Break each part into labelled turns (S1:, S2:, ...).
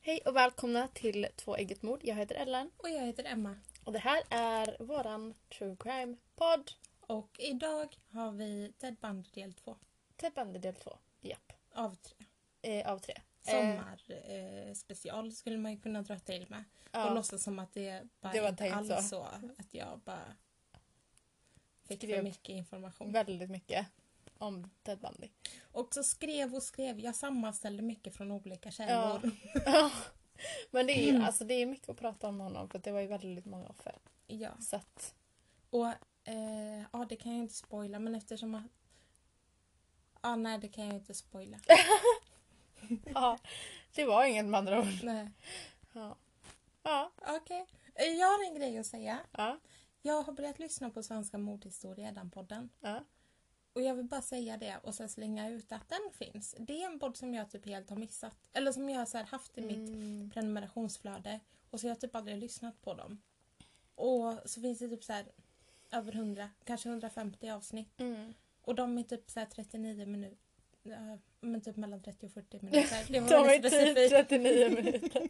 S1: Hej och välkomna till Två ägg ett mord. Jag heter Ellen
S2: Och jag heter Emma.
S1: och det här är våran true crime-podd.
S2: Och idag har vi Ted Bundy del 2
S1: Ted Bundy typ del 2. Japp.
S2: av 3.
S1: Eh, av tre. Eh,
S2: Sommarspecial eh, special skulle man ju kunna dra till med. Och
S1: ja.
S2: låtsas som att det bara
S1: Det var
S2: inte
S1: tänkt
S2: alls
S1: så.
S2: så. att jag bara fick
S1: Skrev.
S2: för mycket information.
S1: Väldigt mycket om Ted Bundy.
S2: Och så skrev och skrev. Jag sammanställde mycket från olika
S1: Ja.
S2: källor. Ja.
S1: Ja. Men det är
S2: Mm.
S1: ju alltså, det är mycket att prata om honom för att det var ju väldigt många offer. Så att,
S2: Och eh, ja, det kan jag inte spoila men eftersom att... Ja, nej det kan jag inte spoila.
S1: ja. Det var inget med andra ord.
S2: nej.
S1: Ja. Ja.
S2: Okej. Eh, Jag har en grej att säga.
S1: Ja.
S2: Jag har börjat lyssna på Svenska mordhistoria, den podden.
S1: Ja.
S2: Och jag vill bara säga det och sen slänga ut att den finns. Det är en podd som jag typ helt har missat. Eller som jag har så här haft i mitt
S1: Mm.
S2: prenumerationsflöde. Och så har jag typ aldrig lyssnat på dem. Och så finns det typ så här över 100, kanske 150 avsnitt.
S1: Mm.
S2: Och de är typ så här 39 minuter. Men typ mellan 30 och 40 minuter. Det var
S1: De är
S2: väldigt
S1: typ
S2: specifikt.
S1: 39 minuter.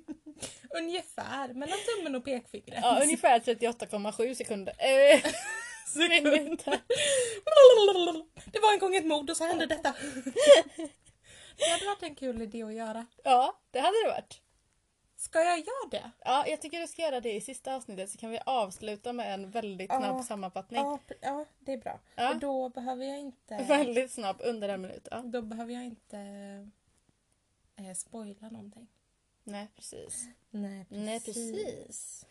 S2: Ungefär, mellan tummen och pekfingret.
S1: Ja, ungefär 38,7 sekunder. Eh, minuter.
S2: Det var en gång ett mord och så hände detta. Det hade varit en kul idé att göra.
S1: Ja, det hade det varit.
S2: Ska jag göra det?
S1: Ja, jag tycker du ska göra det i sista avsnittet så kan vi avsluta med en väldigt snabb
S2: Ja.
S1: sammanfattning.
S2: p- ja, det är bra.
S1: Ja.
S2: För Då behöver jag inte...
S1: Väldigt snabb, under en minut. Ja.
S2: Då behöver jag inte eh, spoila någonting.
S1: Nej, precis.
S2: Nej,
S1: Nej, precis.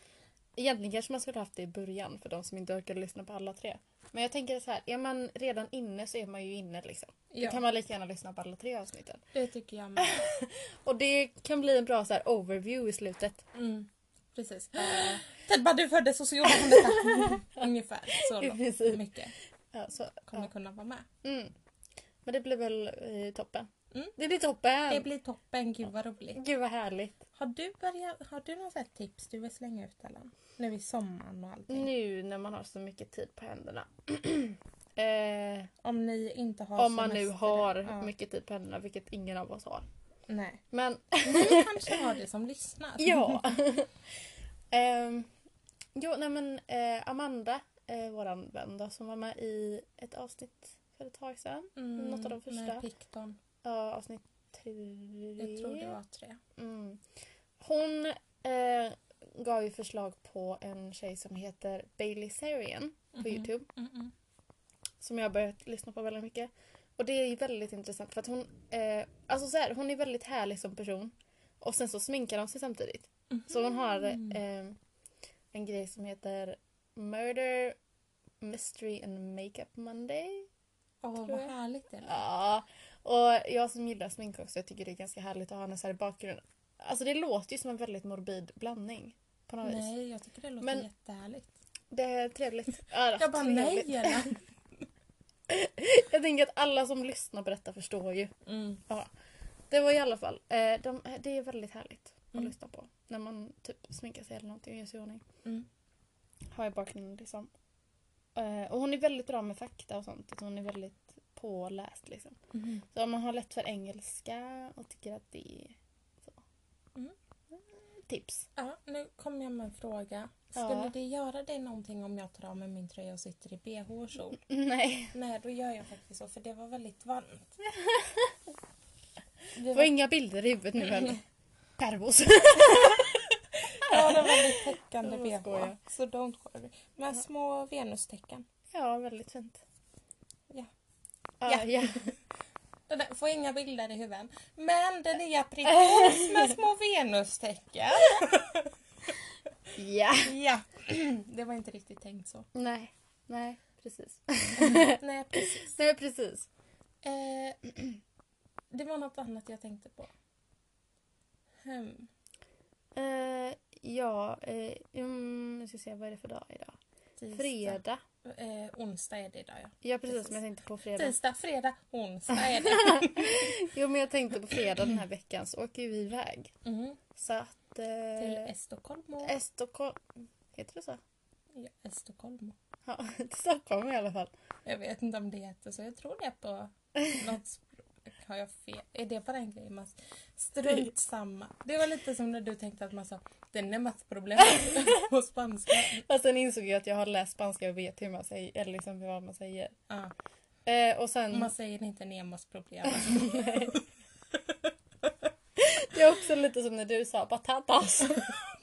S1: Egentligen kanske man skulle haft det i början för de som inte orkar lyssna på alla tre. Men jag tänker så här, är man redan inne så är man ju inne liksom. Då
S2: Ja,
S1: kan man lika gärna lyssna på alla tre avsnitten.
S2: det tycker jag med.
S1: Och det kan bli en bra så här, overview i slutet.
S2: Mm, precis. Ted Bundy föddes och så gjorde han detta. Ungefär så
S1: I
S2: långt.
S1: princip.
S2: mycket
S1: Ja, så,
S2: kommer
S1: ja.
S2: kunna vara med.
S1: Mm. Men det blir väl eh, toppen.
S2: Mm.
S1: Det blir toppen!
S2: Det blir toppen, gud vad roligt.
S1: Gud vad härligt.
S2: Har du, börjat, har du någon sån här tips du vill slänga ut Ellen? Nu i sommaren och allting.
S1: Nu när man har så mycket tid på händerna. eh,
S2: Om ni inte har
S1: om man nu
S2: semester.
S1: har
S2: Ja,
S1: mycket tid på händerna, vilket ingen av oss har.
S2: Nej.
S1: Men
S2: Ni kanske har det som lyssnar.
S1: ja. eh, jo, nej men eh, Amanda, eh, våran vän då, som var med i ett avsnitt för ett tag sedan.
S2: Mm,
S1: Något av de första.
S2: Med Picton.
S1: Ja, avsnitt tre.
S2: Jag tror det var tre.
S1: Mm. Hon eh, gav ju förslag på en tjej som heter Bailey Sarian på
S2: Mhm.
S1: Youtube.
S2: Mm -mm.
S1: som jag har börjat lyssna på väldigt mycket. Och det är ju väldigt intressant för att hon, eh, alltså så här, hon är väldigt härlig som person. Och sen så sminkar de sig samtidigt. Så hon har
S2: Mm.
S1: eh, en grej som heter Murder, Mystery and Makeup Monday.
S2: Åh,
S1: tror
S2: vad
S1: jag.
S2: härligt det är.
S1: Ja. Och jag som gillar smink också, jag tycker det är ganska härligt att ha henne så här i bakgrunden. Alltså det låter ju som en väldigt morbid blandning. På något vis.
S2: Nej, jag tycker det låter
S1: Men-
S2: jättehärligt.
S1: Det är trevligt. Ja,
S2: Jag bara,
S1: trevligt.
S2: nej Ellen.
S1: Jag tänker att alla som lyssnar på detta förstår ju.
S2: Mm.
S1: Det var i alla fall. Eh, de, det är väldigt härligt att
S2: Mm.
S1: lyssna på. När man typ sminkar sig eller någonting och gör sig i ordning.
S2: Mm.
S1: Har i bakgrunden liksom. Eh, och hon är väldigt bra med fakta och sånt. Att hon är väldigt påläst liksom.
S2: Mm.
S1: Så om man har lätt för engelska och tycker att det är så. Eh,
S2: Mm.
S1: Tips.
S2: Ja, nu kommer jag med en fråga.
S1: Ja.
S2: Skulle det göra dig någonting om jag tar av mig min tröja och sitter i bh och kjol?
S1: Nej,
S2: Nej, då gör jag faktiskt så för det var väldigt varmt. Vi
S1: det
S2: var,
S1: var inga bilder i huvudet nu heller. Pervos.
S2: ja, det var väldigt täckande
S1: Jag bara skojar.
S2: bh. Så don't worry. Med små venustecken.
S1: ja, väldigt fint.
S2: Ja.
S1: Ja, Ah, ja.
S2: Den där, får inga bilder i huvudet. Men den är aprikos med små venustecken.
S1: ja.
S2: Ja. Det var inte riktigt tänkt så.
S1: Nej, nej, precis.
S2: Nej, precis.
S1: Nej, precis.
S2: Eh, det var något annat jag tänkte på. Hmm.
S1: Eh, ja, eh, mm, nu ska vi se vad är det för dag idag?
S2: Tisdag.
S1: Fredag.
S2: Eh, onsdag är det idag ja.
S1: Ja precis,
S2: Precis.
S1: men jag tänkte på fredag.
S2: Tisdag, fredag, onsdag är det.
S1: Jo men jag tänkte på fredag den här veckan så åker vi iväg.
S2: Mm.
S1: Så att... Eh,
S2: Till Stockholm och...
S1: till Stockholm. Heter det så?
S2: Ja, Stockholm.
S1: Ja, till Stockholm i alla fall.
S2: Jag vet inte om det heter så. Jag tror det är på något språk. har jag fel? Är det bara en grej man... Strunt samma. Det var lite som när du tänkte att man sa den är mattproblem på spanska.
S1: Fast sen insåg jag att jag har läst spanska och vet hur man säger, eller liksom vad man säger.
S2: Ja.
S1: Eh, och sen,
S2: Man säger inte Nemos problem.
S1: det är också lite som när du sa patatas.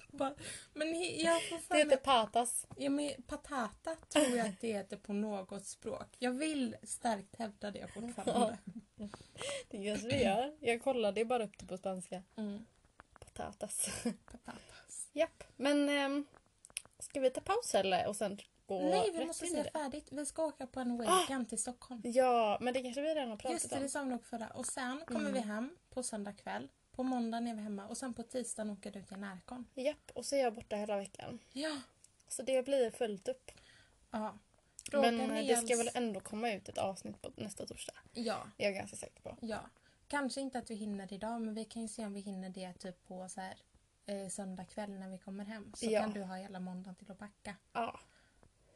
S2: Bara, men he- jag får
S1: Det
S2: fan...
S1: heter patas.
S2: Ja, men patata tror jag att det heter på något språk. Jag vill starkt hävda det fortfarande.
S1: Det kanske det gör. Jag kollade ju bara upp det på spanska.
S2: Mm.
S1: Patatas.
S2: Patatas.
S1: Japp. Men ehm, ska vi ta paus eller? Och sen gå
S2: Nej, vi
S1: rätt
S2: måste
S1: in i
S2: säga
S1: det? Ah!
S2: färdigt. Vi ska åka på en wake till Stockholm.
S1: Ja, men det kanske vi redan har pratat
S2: Just det, det
S1: om.
S2: sa vi nog förra. Och sen kommer vi
S1: Mm.
S2: hem på söndag kväll. På måndagen är vi hemma och sen på tisdagen åker du till Närcon.
S1: Japp, och så är jag borta hela veckan.
S2: Ja.
S1: Så det blir fullt upp.
S2: ja.
S1: men eh, det ska väl ändå komma ut ett avsnitt på nästa torsdag.
S2: Ja,
S1: Det är jag ganska säker på.
S2: ja. Kanske inte att vi hinner idag men vi kan ju se om vi hinner det typ på så här, eh, söndag kväll när vi kommer hem. Så
S1: Ja.
S2: kan du ha hela måndagen till att backa.
S1: Ja.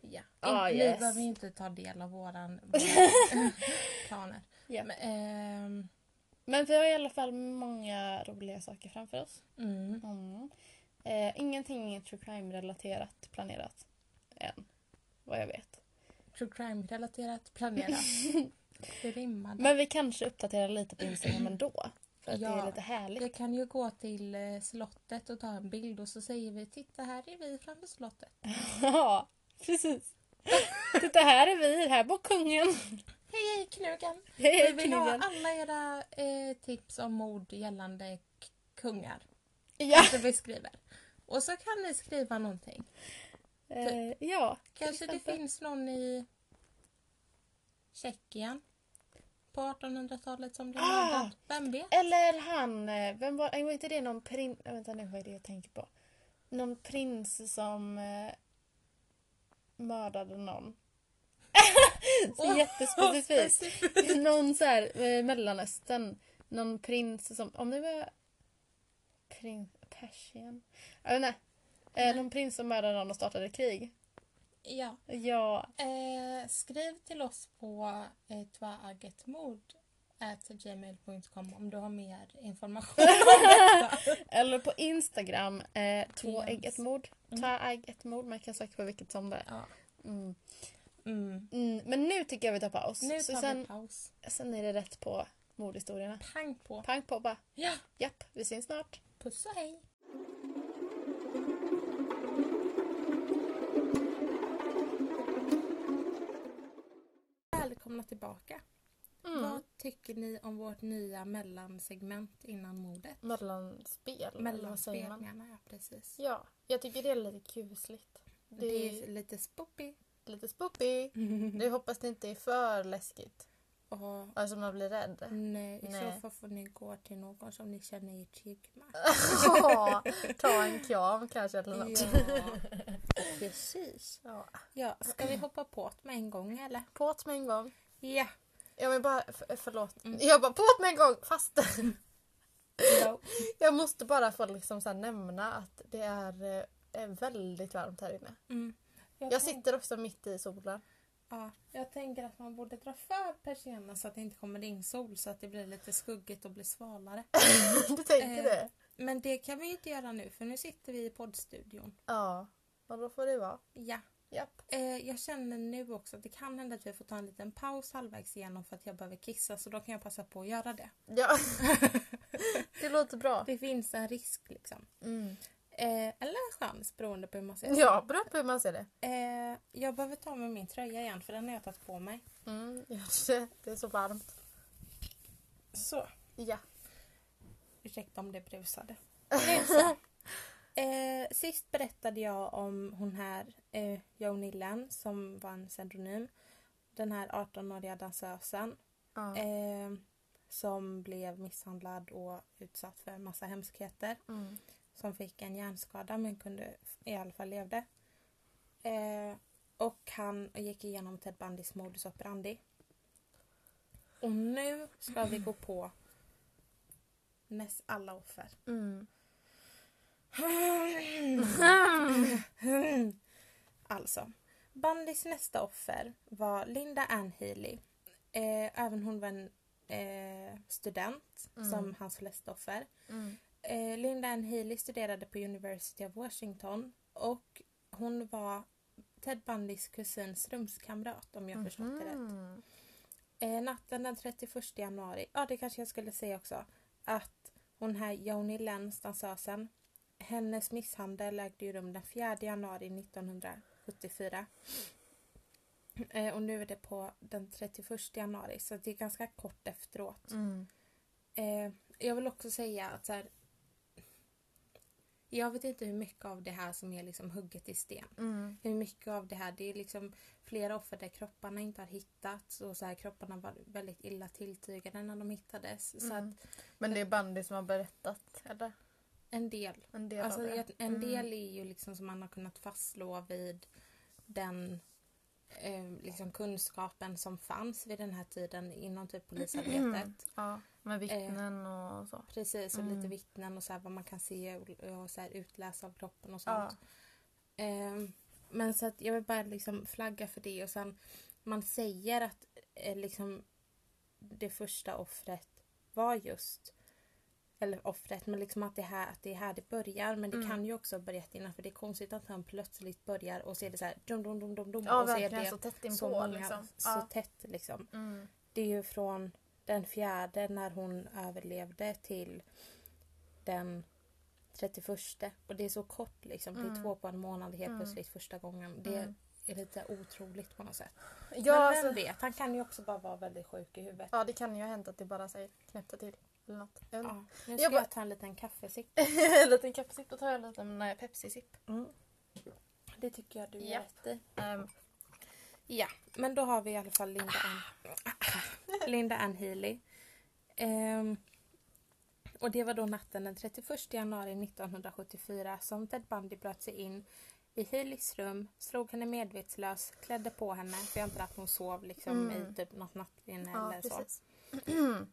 S2: Ja.
S1: Ah,
S2: Inte-
S1: yes.
S2: Vi behöver ju inte ta del av våran, våra planer.
S1: Ja.
S2: Men, ehm,
S1: Men vi har i alla fall många roliga saker framför oss.
S2: mm.
S1: Mm. Eh, ingenting true crime-relaterat planerat än. Vad jag vet.
S2: True crime-relaterat planerat. det rimmade.
S1: Men vi kanske uppdaterar lite på Instagram ändå. För att det
S2: Ja.
S1: är lite härligt.
S2: Vi kan ju gå till eh, slottet och ta en bild och så säger vi titta här är vi framför slottet.
S1: Ja, precis. Titta här är vi, här bor kungen.
S2: Hej hej knugan!
S1: Hej
S2: vi vill ha
S1: kungen.
S2: alla era eh, tips om mord gällande k- kungar.
S1: Ja.
S2: Som vi skriver. Och så kan ni skriva någonting.
S1: Eh, ja. till
S2: Kanske det
S1: exempel.
S2: finns någon i Tjeckien på 1800-talet som blev
S1: Ah!
S2: mördad. Vem vet?
S1: Eller han, eh, vem var, eh, var inte det någon prins, vänta nu vad är det jag tänker på? Någon prins som eh, mördade någon. så
S2: Åh,
S1: jättespecifikt. någon så här eh, mellanöstern. Någon prins som, om det var prins Persien? Jag vet inte.
S2: Mm.
S1: Eh, någon prins som mördade någon och startade krig.
S2: Ja.
S1: Ja,
S2: Eh, skriv till oss på eh, tvaaggetmord.gmail.com om du har mer information.
S1: eller på Instagram, eh, två
S2: Yes.
S1: ägg ett mord.
S2: Mm.
S1: Ta ägg ett mord, man kan söka på vilket som det är.
S2: ja.
S1: Mm.
S2: mm.
S1: Mm, men nu tycker jag vi tar paus.
S2: Nu
S1: Så
S2: tar vi
S1: sen,
S2: paus.
S1: sen är det rätt på mordhistorierna.
S2: Pang på.
S1: Pang på bara.
S2: Ja.
S1: Japp, vi syns snart.
S2: Puss och hej. Välkomna tillbaka.
S1: Mm.
S2: Vad tycker ni om vårt nya mellansegment innan mordet?
S1: Mellanspel. eller vad säger man?
S2: Mellanspelningarna, ja precis.
S1: Ja, jag tycker det är lite kusligt.
S2: Det är lite spoopy.
S1: lite spoopy. Nu hoppas det inte är för läskigt.
S2: Och
S1: Alltså man blir rädd.
S2: Nej, i
S1: Nej.
S2: så fall får ni gå till någon som ni känner er trygg med.
S1: Ja, Ta en kram kanske eller något.
S2: Ja, precis.
S1: Ja.
S2: Ja, ska vi hoppa på det med en gång eller?
S1: På't med en gång.
S2: Ja.
S1: Jag vill bara, för, förlåt.
S2: Mm.
S1: Jag bara på't med en gång fast jag måste bara få liksom så här nämna att det är, eh, är väldigt varmt här inne.
S2: Mm. Jag,
S1: Jag
S2: tänk-
S1: sitter också mitt i solen.
S2: ja, jag tänker att man borde dra för persiennerna så att det inte kommer in sol så att det blir lite skuggigt och blir svalare.
S1: Du tänker
S2: Eh.
S1: det?
S2: Men det kan vi ju inte göra nu för nu sitter vi i poddstudion.
S1: Ja. Och då får det vara.
S2: Ja.
S1: Japp.
S2: Eh, jag känner nu också att det kan hända att vi får ta en liten paus halvvägs igenom för att jag behöver kissa så då kan jag passa på att göra det.
S1: Ja. det låter bra.
S2: Det finns en risk liksom.
S1: Mm.
S2: Eh, eller en chans beroende på hur man ser det.
S1: Ja, bra på hur man ser det.
S2: Eh, jag behöver ta med min tröja igen för den har jag tagit på mig.
S1: Mm, ja, det, det är så varmt.
S2: Så.
S1: Ja.
S2: Ursäkta om det brusade. Nu så. Eh, sist berättade jag om hon här, eh, Jo Nillen, som var en pseudonym. Den här 18-åriga dansösen
S1: Ja.
S2: eh, som blev misshandlad och utsatt för en massa hemskheter.
S1: Mm.
S2: som fick en hjärnskada men kunde i alla fall levde. Eh, och han gick igenom Ted Bundys modus operandi. Och nu ska vi gå på näst alla offer.
S1: Mm.
S2: Alltså, Bundys nästa offer var Linda Ann Healy. Eh, även hon var en eh, student
S1: Mm.
S2: som hans flästoffer.
S1: Mm.
S2: Eh, Linda Ann Healy studerade på University of Washington och hon var Ted Bundys kusins rumskamrat om jag förstått det rätt.
S1: Mhm.
S2: Eh, natten den 31 januari, ja det kanske jag skulle säga också, att hon här Joni Lenz, dansösen, hennes misshandel ägde ju rum den 4 januari 1974. Eh, och nu är det på den 31 januari så det är ganska kort efteråt.
S1: Mm.
S2: Eh, jag vill också säga att så här, jag vet inte hur mycket av det här som är liksom hugget i sten.
S1: Mm.
S2: Hur mycket av det här, det är liksom flera offer där kropparna inte har hittats och så här, kropparna var väldigt illa tilltygade när de hittades. Så
S1: Mm.
S2: att
S1: Men det är Bandy som har berättat, eller?
S2: en del,
S1: En del
S2: alltså,
S1: av det. Mm.
S2: jag- en del är ju liksom som man har kunnat fastslå vid den eh, liksom kunskapen som fanns vid den här tiden inom typ polisarbetet.
S1: Ja,
S2: Eh.
S1: med vittnen och så.
S2: Precis, och
S1: Mm.
S2: lite vittnen och så här, vad man kan se och, och så här, utläsa av kroppen och sånt. Ehm, men så att jag vill bara liksom flagga för det och sen man säger att eh, liksom det första offret var just eller offret, men liksom att det, här, att det är här det börjar. Men det
S1: Mm.
S2: kan ju också ha börjat innan för det är konstigt att han plötsligt börjar och ser det så här dum dum dum dum dum
S1: Ja,
S2: och så är
S1: verkligen.
S2: det
S1: Så tätt
S2: så,
S1: inpå
S2: många,
S1: liksom.
S2: så
S1: ja.
S2: tätt liksom.
S1: Mm.
S2: Det är ju från den fjärde när hon överlevde till den 31 och det är så kort liksom. Det
S1: Mm.
S2: är två på en månad helt
S1: Mm.
S2: plötsligt första gången. Det
S1: Mm.
S2: är lite otroligt på något sätt.
S1: Ja,
S2: Men vem
S1: alltså,
S2: vet, han kan ju också bara vara väldigt sjuk i huvudet.
S1: ja, det kan ju ha hänt att det bara säger knäppte till. Eller något. Jag vet inte.
S2: Ja. Nu ska
S1: Jag
S2: jag,
S1: bara- Eh.
S2: ta en liten kaffesipp.
S1: en liten kaffesipp, då tar jag en liten eh, Pepsi-sipp.
S2: Det tycker jag du gör
S1: Japp.
S2: rätt i.
S1: Ehm,
S2: Ja, men då har vi i alla fall Linda Ann,
S1: Ah.
S2: Linda Ann Healy. Ehm, och det var då natten den 31 januari 1974 som Ted Bundy bröt sig in i Healys rum, slog henne medvetslös, klädde på henne, för jag antar att hon sov liksom
S1: Mm.
S2: i typ något nattlinne
S1: ja,
S2: eller så
S1: precis.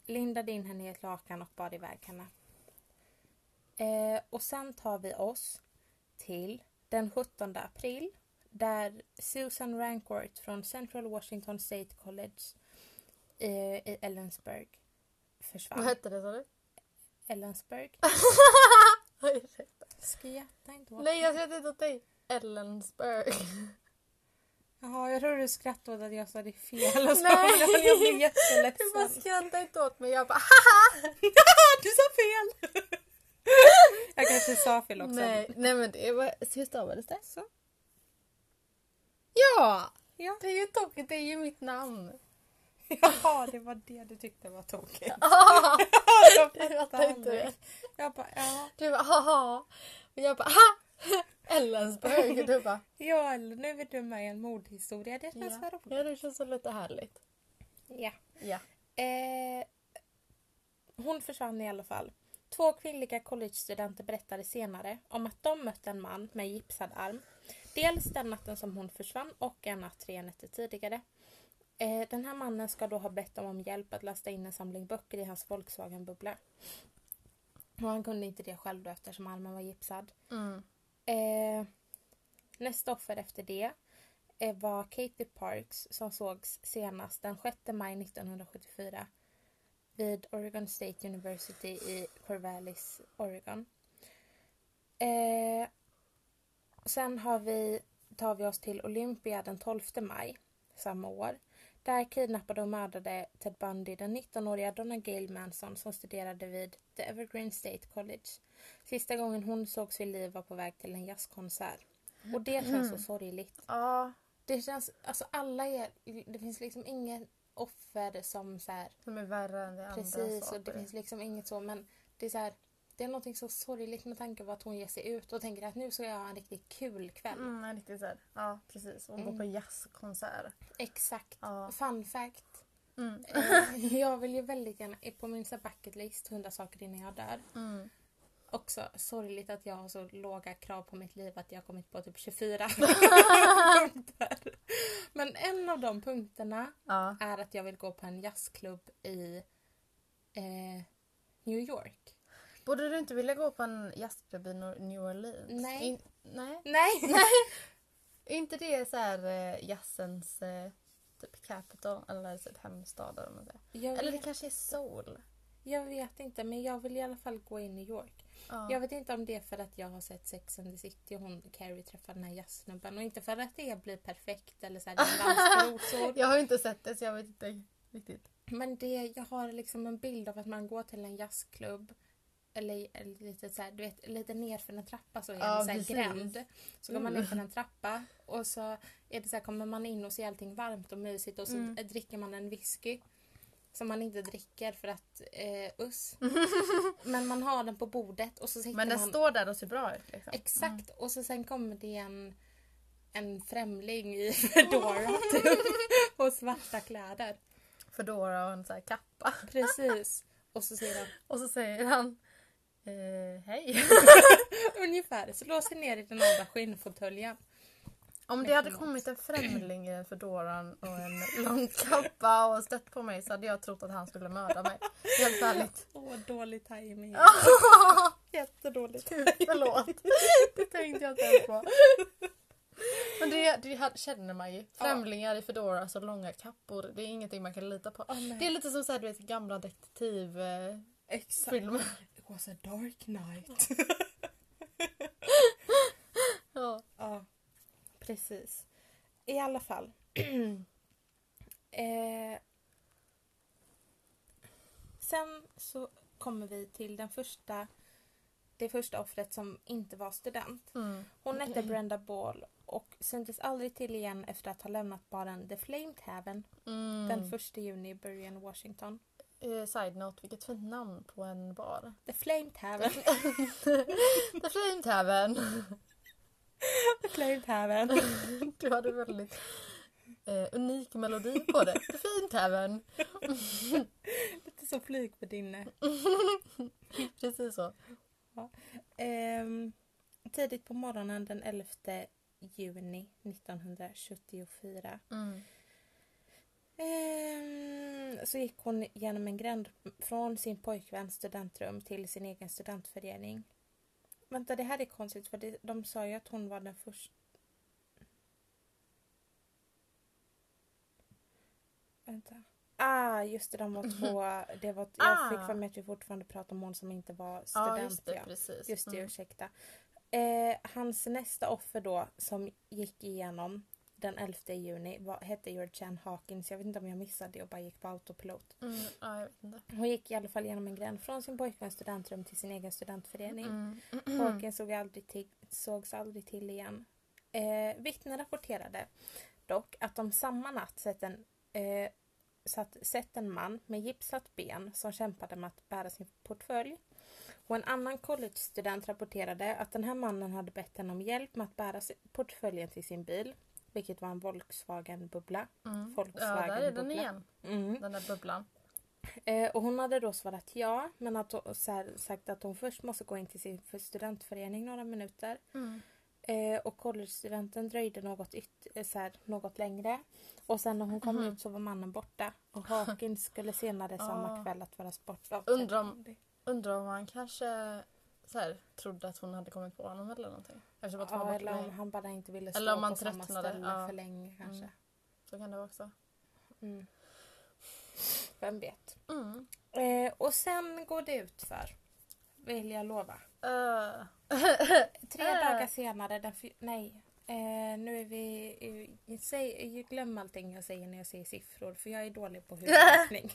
S2: lindade in henne i ett lakan och bar iväg henne. Eh, och sen tar vi oss till den 17 april där Susan Rancourt från Central Washington State College eh, i Ellensburg
S1: Vad
S2: försvann.
S1: hette det sa du?
S2: Ellensburg?
S1: Ah.
S2: Skrattar inte åt
S1: Nej, alltså, jag
S2: mig.
S1: skrev inte åt dig. Ellensburg.
S2: Jaha, jag tror du skrattade åt att jag sa det fel. Och så,
S1: Nej.
S2: jag blev
S1: Du bara
S2: jätteledsen.
S1: skrattade inte åt mig. Jag bara
S2: du sa fel! jag kanske sa fel också.
S1: nej, nej men det var... Hur stavades det?
S2: Så.
S1: Ja!
S2: Ja.
S1: Det är ju tokigt, det är ju mitt namn.
S2: Jaha, det var det du tyckte var tokigt.
S1: Ah,
S2: Jag
S1: jag
S2: fattar
S1: fattar inte
S2: aldrig.
S1: det.
S2: Jag bara, ja.
S1: Du bara haha. Och jag bara ha! Ellensburg. Du bara
S2: Ja, eller nu är du med i en mordhistoria. Det känns
S1: ja.
S2: väl roligt.
S1: ja, det känns så lite härligt.
S2: Ja.
S1: Ja.
S2: Eh, hon försvann i alla fall. Två kvinnliga collegestudenter berättade senare om att de mött en man med gipsad arm. Dels den natten som hon försvann och en natt tre nätter tidigare. Eh, den här mannen ska då ha bett dem om hjälp att lasta in en samling böcker i hans Volkswagen-bubbla. Och han kunde inte det själv då eftersom armen var gipsad.
S1: Mm.
S2: Eh, nästa offer efter det eh, var Katie Parks som sågs senast den 6 maj 1974 vid Oregon State University i Corvallis, Oregon. Eh, sen har vi, tar vi oss till Olympia den 12 maj samma år. Där kidnappade och mördade Ted Bundy den 19-åriga Donna Gail Manson som studerade vid The Evergreen State College. Sista gången hon sågs vid liv var på väg till en jazzkonsert. Och det känns så sorgligt.
S1: Ja,
S2: Det känns, alltså alla är, det finns liksom ingen offer som så här,
S1: som är värre än det andra.
S2: precis
S1: så.
S2: och det finns liksom inget så men det är så här, det är någonting så sorgligt med tanke på att hon ger sig ut och tänker att nu ska jag ha en riktigt kul kväll.
S1: Mm, nej, riktigt så här. Ja, precis. Och gå på jazzkonsert.
S2: Exakt.
S1: Ja.
S2: Fun fact.
S1: Mm.
S2: Eh, jag vill ju väldigt gärna, eh, på min så här bucket list, 100 saker innan jag dör.
S1: Mm.
S2: Också sorgligt att jag har så låga krav på mitt liv att jag har kommit på typ 24 punkter. Men en av de punkterna
S1: Ja.
S2: är att jag vill gå på en jazzklubb i eh, New York.
S1: Borde du inte vilja gå på en jazzklubb i Nor- New Orleans?
S2: Nej.
S1: In- nej.
S2: Nej!
S1: Är inte det så här eh, jazzens eh, typ capital eller typ hemstad eller vad man säger.
S2: Jag
S1: Eller det
S2: vet,
S1: kanske är Seoul.
S2: jag vet inte men jag vill i alla fall gå in i New York.
S1: Ja.
S2: Jag vet inte om det är för att jag har sett Sex and the City och hon Carrie träffar den här jazznubben och inte för att det blir perfekt eller så här, det är en dansk rotsord.
S1: Jag har ju inte sett det så jag vet inte riktigt.
S2: Men det, jag har liksom en bild av att man går till en jazzklubb eller, eller lite, så här, du vet, lite ner för en trappa så är
S1: Ja,
S2: det så här
S1: precis. Mm.
S2: gränd. Så går man ner för en trappa och så, är det så här, kommer man in och ser allting varmt och mysigt och så
S1: Mm.
S2: dricker man en whisky. Som man inte dricker för att eh, uss. Men man har den på bordet och så sitter
S1: Men den
S2: man...
S1: står där och ser bra ut. Liksom.
S2: Exakt och så sen kommer det en, en främling i Fedora typ, och svarta kläder.
S1: Fedora och en så här kappa.
S2: Precis. Och så säger han
S1: Och så säger han eh, hej.
S2: Ungefär. Slå sig ner i den andra skinnfåtöljen.
S1: Om det hade kommit en främling i en Fedoran och en lång kappa och stött på mig så hade jag trott att han skulle mörda mig. Helt ärligt.
S2: Åh, dålig timing.
S1: Ah,
S2: Jättedålig
S1: Förlåt. Det tänkte jag inte ens på. Men det, det ha- känner man ju. Främlingar i Fedora och så långa kappor. Det är ingenting man kan lita på.
S2: Ah, nej.
S1: det är lite som så här, du vet, gamla detektivfilmer.
S2: Exakt. It was a dark night.
S1: Ja.
S2: ja, precis. I alla fall. eh, sen så kommer vi till den första det första offret som inte var student.
S1: Mm.
S2: Hon hette Brenda Ball och syntes aldrig till igen efter att ha lämnat baren The Flamed Haven
S1: Mm.
S2: den 1 juni i Burien, Washington.
S1: Eh, side note, vilket fint namn på en bar.
S2: The Flamed Haven.
S1: The Flame Tavern.
S2: The Flamed Haven.
S1: Du hade väldigt eh, unik melodi på det. Det är fint även.
S2: Lite så flygvärdinne.
S1: Precis så.
S2: Ehm, tidigt på morgonen den 11 juni 1974
S1: Mm.
S2: ehm, så gick hon genom en gränd från sin pojkväns studentrum till sin egen studentförening. Vänta, det här är konstigt för det, de sa ju att hon var den första... Vänta. Ah, just det, de var två. Det var, jag
S1: Ah.
S2: fick för mig att vi fortfarande pratar om hon som inte var student.
S1: Ja, just det. Precis.
S2: Just det,
S1: Mm.
S2: ursäkta. Eh, hans nästa offer då som gick igenom den 11 juni var, hette George Ann Hawkins. Jag vet inte om jag missade det och bara gick på autopilot.
S1: Mm, ja, jag vet inte.
S2: Hon gick i alla fall genom en gränd från sin pojkväns studentrum till sin egen studentförening.
S1: Mm.
S2: Hawkins såg aldrig till, sågs aldrig till igen. Eh, vittnen rapporterade dock att de samma natt sett en, eh, satt, sett en man med gipsat ben som kämpade med att bära sin portfölj. Och en annan collegestudent rapporterade att den här mannen hade bett henne om hjälp med att bära si- portföljen till sin bil, vilket var en Volkswagen-bubbla.
S1: Mm. Ja, där är den
S2: Volkswagen-bubbla.
S1: igen.
S2: Mm.
S1: Den där bubblan.
S2: Eh, och hon hade då svarat ja, men att hon, så här, sagt att hon först måste gå in till sin för- studentförening några minuter.
S1: Mm.
S2: Eh, och collegestudenten dröjde något, yt, eh, så här, något längre. Och sen när hon kom
S1: Mm.
S2: ut så var mannen borta. Och Hawkins skulle senare samma
S1: Ah.
S2: kväll att vara sportdag.
S1: Undrar om- Undrar om han kanske så här, trodde att hon hade kommit på honom eller någonting. Eftersom att hon
S2: Ja,
S1: var
S2: eller om
S1: borta.
S2: han bara inte ville stå
S1: Eller om han
S2: på samma
S1: tröttnade,
S2: ställe
S1: ja. Mm.
S2: för länge kanske.
S1: Så kan det vara också.
S2: Mm. Vem vet.
S1: Mm.
S2: Eh, och sen går det ut för. Vill jag lova.
S1: Eh,
S2: Tre
S1: Äh.
S2: dagar senare, den fy- nej. Eh, nu är vi... eh, jag säger- jag glöm allting jag säger när jag säger siffror för jag är dålig på huvudräkning.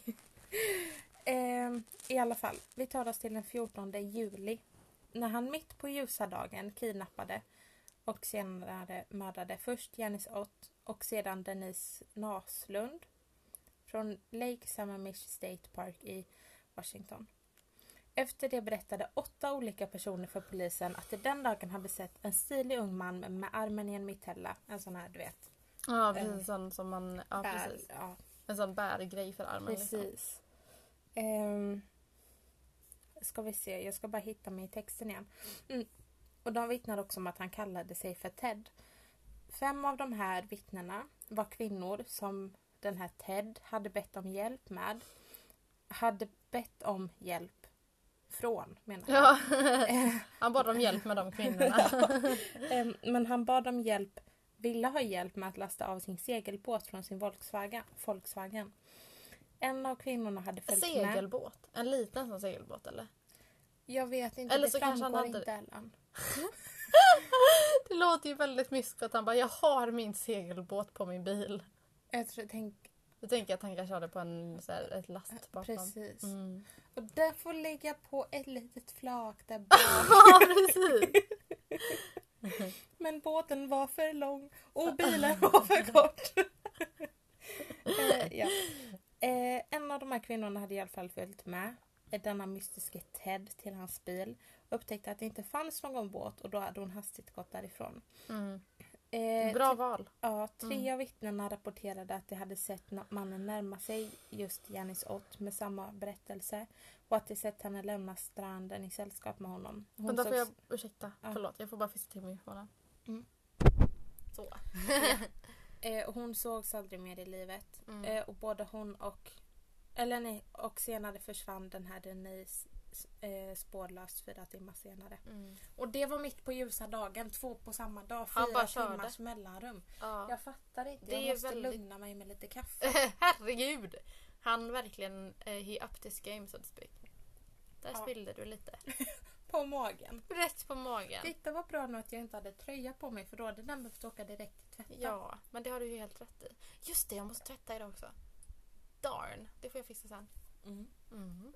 S2: eh, I alla fall, vi tar oss till den 14 juli. När han mitt på ljusa dagen kidnappade och senare mördade först Janice Ott och sedan Denise Naslund från Lake Sammamish State Park i Washington. Efter det berättade åtta olika personer för polisen att de den dagen hade sett en stilig ung man med, med armen i en mitella. En sån här du vet.
S1: Ja, precis. En sån som man... Ja,
S2: Eh. bär-
S1: precis.
S2: Ja,
S1: En sån bärgrej för armen. Liksom.
S2: precis. Ehm, ska vi se, jag ska bara hitta mig i texten igen. Mm. Och de vittnade också om att han kallade sig för Ted. Fem av de här vittnena var kvinnor som den här Ted hade bett om hjälp med. Hade bett om hjälp från menar jag.
S1: Ja.
S2: Eh.
S1: Han bad om hjälp med de kvinnorna.
S2: Em, Men han Ehm, bad om hjälp ville ha hjälp med att lasta av sin segelbåt från sin Volkswagen. Volkswagen. En av kvinnorna hade
S1: En
S2: följt med.
S1: segelbåt? En liten sån segelbåt eller?
S2: Jag vet inte,
S1: Eller
S2: det
S1: så kanske han
S2: framgår
S1: hade-
S2: inte Ellen.
S1: Det låter ju väldigt mysigt att han bara, jag har min segelbåt på min bil.
S2: Jag tror, tänk,
S1: Jag tänker att han kanske hade på en, så här, ett last bakom.
S2: precis.
S1: Mm.
S2: Och där får lägga på ett litet flak där bak.
S1: Ja, precis.
S2: Men båten var för lång och bilen var för kort. eh, ja. eh, en av de här kvinnorna hade i alla fall följt med denna mystiske Ted till hans bil och upptäckte att det inte fanns någon båt och då hade hon hastigt gått därifrån.
S1: Mm.
S2: Eh,
S1: Bra val.
S2: Ja, tre
S1: Mm.
S2: av vittnena rapporterade att de hade sett na- mannen närma sig just Janis Ott med samma berättelse och att de sett henne lämna stranden i sällskap med honom. Hon
S1: Vänta, får
S2: sågs-
S1: jag... Ursäkta.
S2: Ja.
S1: Förlåt, jag får bara fixa till mikrofonen.
S2: Mm.
S1: Så.
S2: Eh, och hon sågs aldrig mer i livet.
S1: Mm.
S2: Eh, och både hon och... Eller nej, och senare försvann den här Denise eh, spårlöst fyra timmar senare.
S1: Mm.
S2: Och det var mitt på ljusa dagen, två på samma dag,
S1: Ja,
S2: fyra
S1: bara körde.
S2: timmars mellanrum.
S1: Ja.
S2: Jag fattar inte,
S1: Det är
S2: jag måste
S1: väldigt-
S2: lugna mig med lite kaffe.
S1: Herregud! Han verkligen, eh, he upped his game so to speak. Där
S2: Ja.
S1: spillde du lite.
S2: På magen.
S1: Rätt på magen.
S2: Titta vad bra nu att jag inte hade tröja på mig för då hade den behövt åka direkt till tvätten.
S1: Ja, men det har du ju helt rätt i. Just det, jag måste tvätta idag också. Darn, det får jag fixa sen.
S2: Mm.
S1: Mm.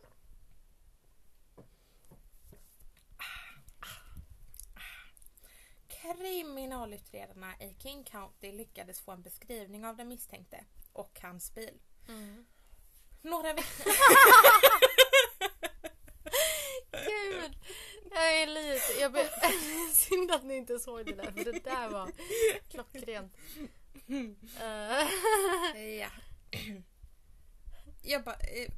S2: Kriminalutredarna i King County lyckades få en beskrivning av den misstänkte och hans bil.
S1: Mm.
S2: Några veckor...
S1: Gud! Jag är lite... Jag be... Synd att ni inte såg det där, för det där var klockrent. Eh,
S2: ja. Jag bara... eh,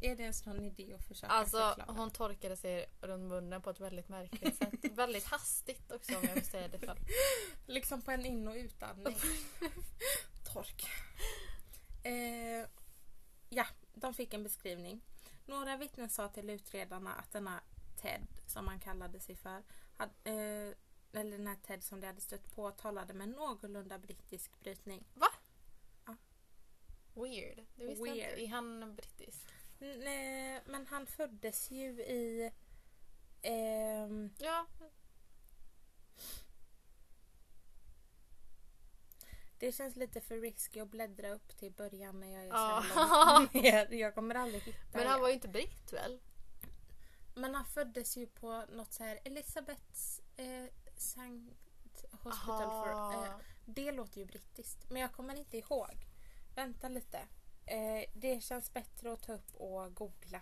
S2: Är det ens någon idé att försöka
S1: Alltså
S2: förklara?
S1: hon torkade sig runt munnen på ett väldigt märkligt sätt. Väldigt hastigt också om jag vill säga det själv.
S2: Liksom på en in och utandning. Tork. Eh, ja, de fick en beskrivning. Några vittnen sa till utredarna att denna Ted, som han kallade sig för, had, eh, eller den här Ted som de hade stött på, talade med någorlunda brittisk brytning.
S1: Weird. Det visste jag
S2: Weird.
S1: inte. Är han brittisk?
S2: N- eh, men han föddes ju i... ehm,
S1: Ja.
S2: det känns lite för risky att bläddra upp till början när jag är
S1: Ja.
S2: så här långt ner. Jag kommer aldrig hitta
S1: Men
S2: er.
S1: han var ju inte britt väl?
S2: Men han föddes ju på något så här Elisabeths eh, Sankt Hospital
S1: Aha.
S2: for... Eh, det låter ju brittiskt. Men jag kommer inte ihåg. Vänta lite. Eh, det känns bättre att ta upp och googla.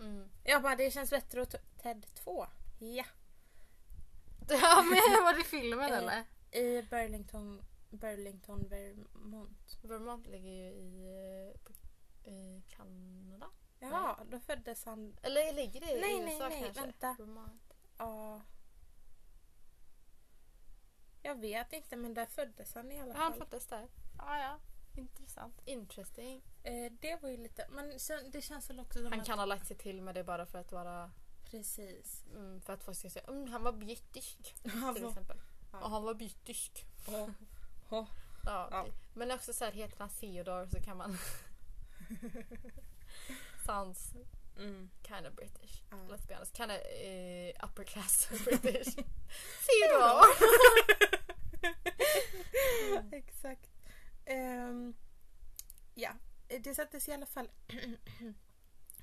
S1: Mm.
S2: Jag bara, det känns bättre att ta TED 2. Ja.
S1: Ja men var det filmen
S2: Eh.
S1: eller?
S2: I Burlington, Burlington Vermont.
S1: Vermont ligger ju i, eh, på- i Kanada.
S2: Ja, då föddes han...
S1: Eller ligger det i
S2: Nej,
S1: USA
S2: nej, nej,
S1: kanske?
S2: vänta.
S1: Vermont.
S2: Ja. jag vet inte, men där föddes han i alla
S1: Ja,
S2: fall.
S1: han föddes där. Ja, ja. Intressant. Mm. Interesting.
S2: Eh, det var ju lite... Men sen, det känns väl också som
S1: Han
S2: att...
S1: kan ha lagt sig till med det bara för att vara...
S2: Precis.
S1: Mm, för att folk ska säga mm, han var brittisk.
S2: Han
S1: Till
S2: var...
S1: exempel.
S2: Ja.
S1: Och han var brittisk.
S2: Oh, oh.
S1: Ja,
S2: Ja.
S1: det- Men också så här, heter han Theodore så kan man... Sounds
S2: Mm.
S1: kind of British.
S2: Ja.
S1: Let's be honest. Kind of eh, upper class British. Theodore! Mm.
S2: Exakt. Ehm, ja, det sattes i alla fall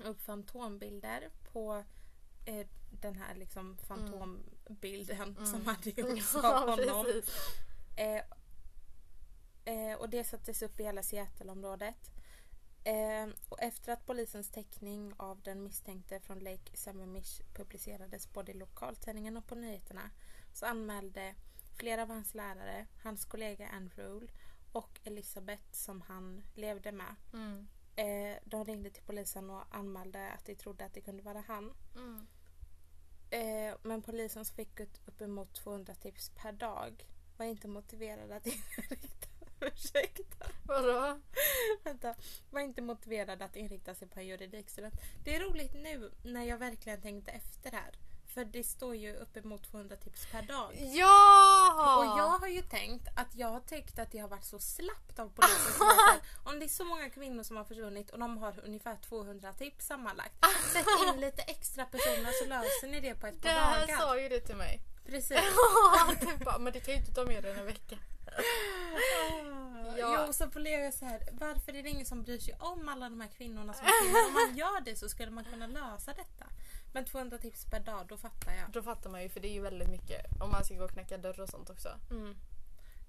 S2: upp fantombilder på eh, den här liksom fantombilden som hade gjorts av
S1: Mm. ja,
S2: honom.
S1: precis.
S2: Eh, eh, och det sattes upp i hela Seattleområdet. Eh, och efter att polisens teckning av den misstänkte från Lake Sammamish publicerades både i lokaltidningen och på nyheterna så anmälde flera av hans lärare, hans kollega Anne Rule och Elisabeth som han levde med.
S1: Mm.
S2: Eh, de ringde till polisen och anmälde att de trodde att det kunde vara han.
S1: Mm.
S2: Eh, men polisen som fick ut uppemot 200 tips per dag var inte motiverade att inrikta... Ursäkta.
S1: Vadå?
S2: Vänta. Var inte motiverade att inrikta sig på en juridikstudent. Det är roligt nu när jag verkligen tänkte efter här. För det står ju uppemot 200 tips per dag.
S3: Ja!
S2: Och jag har ju tänkt att jag har tyckt att det har varit så slappt av polisen. som har sagt, Om det är så många kvinnor som har försvunnit och de har ungefär 200 tips sammanlagt. Sätt in lite extra personer så löser ni det på ett par
S1: Där
S2: dagar.
S1: sa ju du till mig.
S2: Precis.
S1: typ bara, men det kan ju inte ta mer än en vecka. Ja.
S2: Ja. Ah, Jo, så pollerar jag så här. Varför är det ingen som bryr sig om alla de här kvinnorna som finns? Om man gör det så skulle man kunna lösa detta. Men 200 tips per dag, då fattar jag.
S1: Då fattar man ju för det är ju väldigt mycket om man ska gå och knacka dörr och sånt också.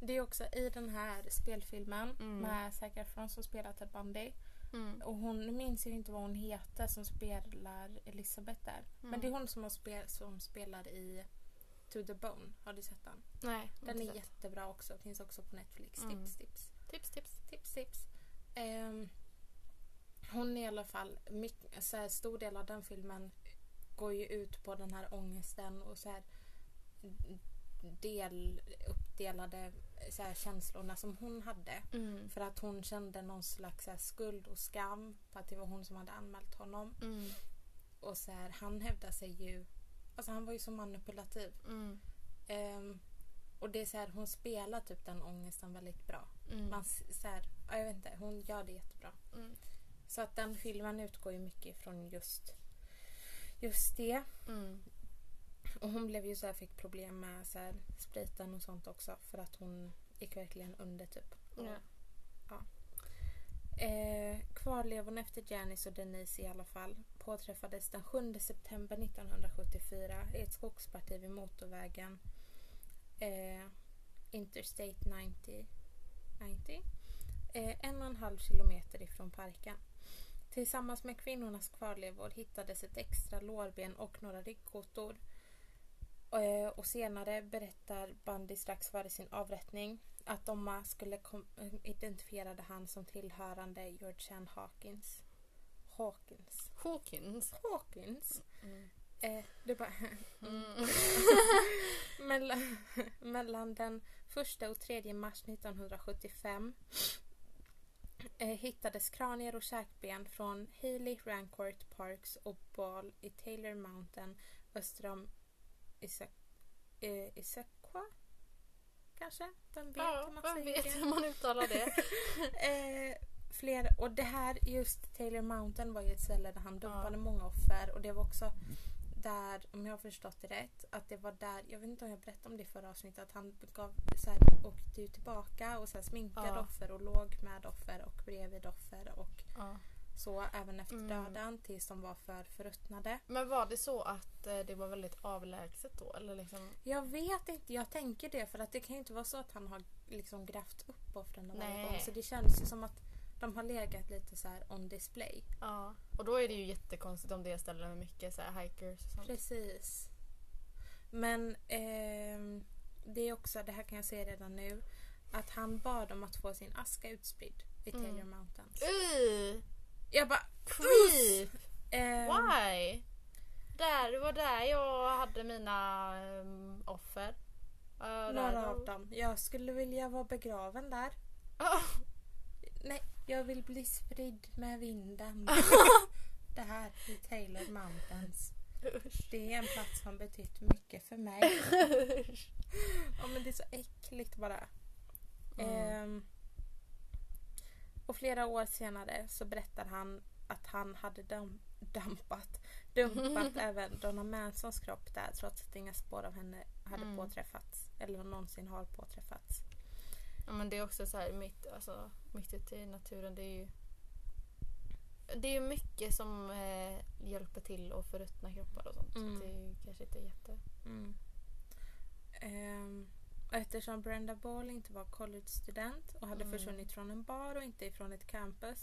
S2: Det är också i den här spelfilmen
S1: Mm.
S2: med Zac Efron som spelar Ted Bundy.
S1: Mm.
S2: Och hon nu minns jag inte vad hon heter som spelar Elisabeth där. Men det
S1: Mm.
S2: är hon som, har spel, som spelar i To the Bone. Har du sett den?
S1: Nej,
S2: Den är
S1: inte
S2: jättebra också. Finns också på Netflix.
S1: Mm.
S2: Tips, tips.
S1: Tips, tips.
S2: Tips, tips. Ehm, hon är i alla fall, mycket, så här, stor del av den filmen går ju ut på den här ångesten och så här del, uppdelade så här, känslorna som hon hade.
S1: Mm.
S2: För att hon kände någon slags så här, skuld och skam på att det var hon som hade anmält honom.
S1: Mm.
S2: Och så här, han hävdade sig ju, alltså han var ju så manipulativ.
S1: Mm.
S2: Ehm, och det är så här, hon spelar typ den ångesten väldigt bra.
S1: Mm.
S2: Man, s- så här, ja, jag vet inte, hon gör det jättebra.
S1: Mm.
S2: Så att den filmen utgår ju mycket från just, just det.
S1: Mm.
S2: Och hon blev ju så här, fick problem med så här, spriten och sånt också för att hon gick verkligen under typ. Och,
S1: Ja.
S2: ja. Eh, kvarlevorna efter Janice och Denise i alla fall påträffades den 7 september 1974 i ett skogsparti vid motorvägen eh, Interstate 90, 90 eh, en och en halv kilometer ifrån parken. Tillsammans med kvinnornas kvarlevor hittades ett extra lårben och några ryggkotor. Eh, Och senare berättar Bundy strax före sin avrättning att de skulle kom- eh, identifierade han som tillhörande George Ann Hawkins. Hawkins.
S1: Hawkins.
S2: Hawkins? Eh, det bara...
S1: Mm.
S2: Mm. mellan, mellan den 1 och 3 mars 1975 eh, hittades kranier och käkben från Haley Rancourt Parks och Ball i Taylor Mountain öster om Isa- eh, Issaquah? Kanske? Vem vet
S1: Ja,
S2: hur man
S1: vem
S2: säger
S1: vet
S2: det?
S1: hur man uttalar det?
S2: Eh, fler, och det här, just Taylor Mountain var ju ett ställe där han dumpade många offer och det var också där, om jag har förstått det rätt, att det var där, jag vet inte om jag berättade om det i förra avsnittet, att han gav, så här, åkte ju tillbaka och så här, sminkade
S1: Ja.
S2: offer och låg med offer och bredvid offer och
S1: ja.
S2: så även efter
S1: Mm.
S2: döden tills de var för förruttnade.
S1: Men var det så att eh, det var väldigt avlägset då? Eller liksom,
S2: Jag vet inte, jag tänker det för att det kan ju inte vara så att han har liksom grävt upp offren varje
S1: Nej.
S2: gång så det känns ju som att de har legat lite så här on display.
S1: ja. Och då är det ju jättekonstigt om det är ställen med mycket så här, hikers och sånt.
S2: Precis. Men ehm, det är också, det här kan jag säga redan nu, att han bad om att få sin aska utspridd i Taylor Mountains.
S1: Uy,
S2: Jag bara...
S1: creep!
S2: ehm,
S1: Why? Där, det var där jag hade mina ehm, offer. Eh, där.
S2: Några av dem. Jag skulle vilja vara begraven där.
S1: Ah,
S2: Nej, jag vill bli spridd med vinden. det här i Taylor Mountains.
S1: usch.
S2: Det är en plats som betytt mycket för mig. Ja men det är så äckligt bara.
S1: Mm.
S2: Ehm, och flera år senare så berättar han att han hade dum- dumpat, dumpat även Donna Mansons kropp där trots att inga spår av henne hade
S1: Mm.
S2: påträffats. Eller någonsin har påträffats.
S1: ja, men det är också så här mitt, alltså, mitt ute i naturen. Det är ju det är ju mycket som eh, hjälper till att förruttna kroppar och sånt.
S2: Mm.
S1: Så det är ju kanske inte jätte...
S2: Ehm, och eftersom Brenda Ball inte var collegestudent och hade
S1: Mm.
S2: försvunnit från en bar och inte ifrån ett campus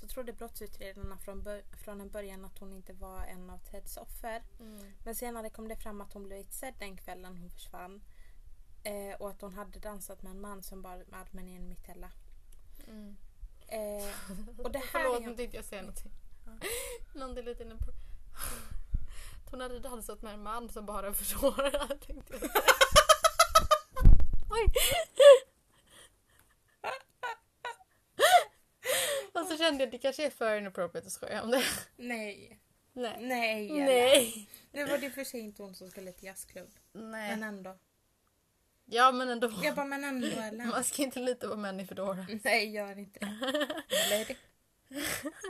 S2: så trodde brottsutredarna från, bör- från en början att hon inte var en av Teds offer.
S1: Mm.
S2: Men senare kom det fram att hon blivit sedd den kvällen hon försvann. Eh, och att hon hade dansat med en man som bar med armen i en mitella.
S1: Mm.
S2: Eh, och det här
S1: Förlåt,
S2: är
S1: nu
S2: ju...
S1: tänkte jag säga någonting.
S2: Ja.
S1: någonting lite inne på... Hon hade dansat med en man som bara försvårade tänkte jag säga. Oj! Och så kände jag att det kanske är för inappropriate att skoja om det.
S2: Nej.
S4: Nej.
S2: Nej, Ella.
S4: Nej.
S2: Nu var det ju för sig inte hon som skulle till jazzklubb.
S1: Nej.
S2: Men ändå.
S1: Ja men ändå.
S2: Jag bara, men ändå Ellen.
S1: Man ska inte lita på män i Foodora.
S2: Nej, gör inte det. Eller?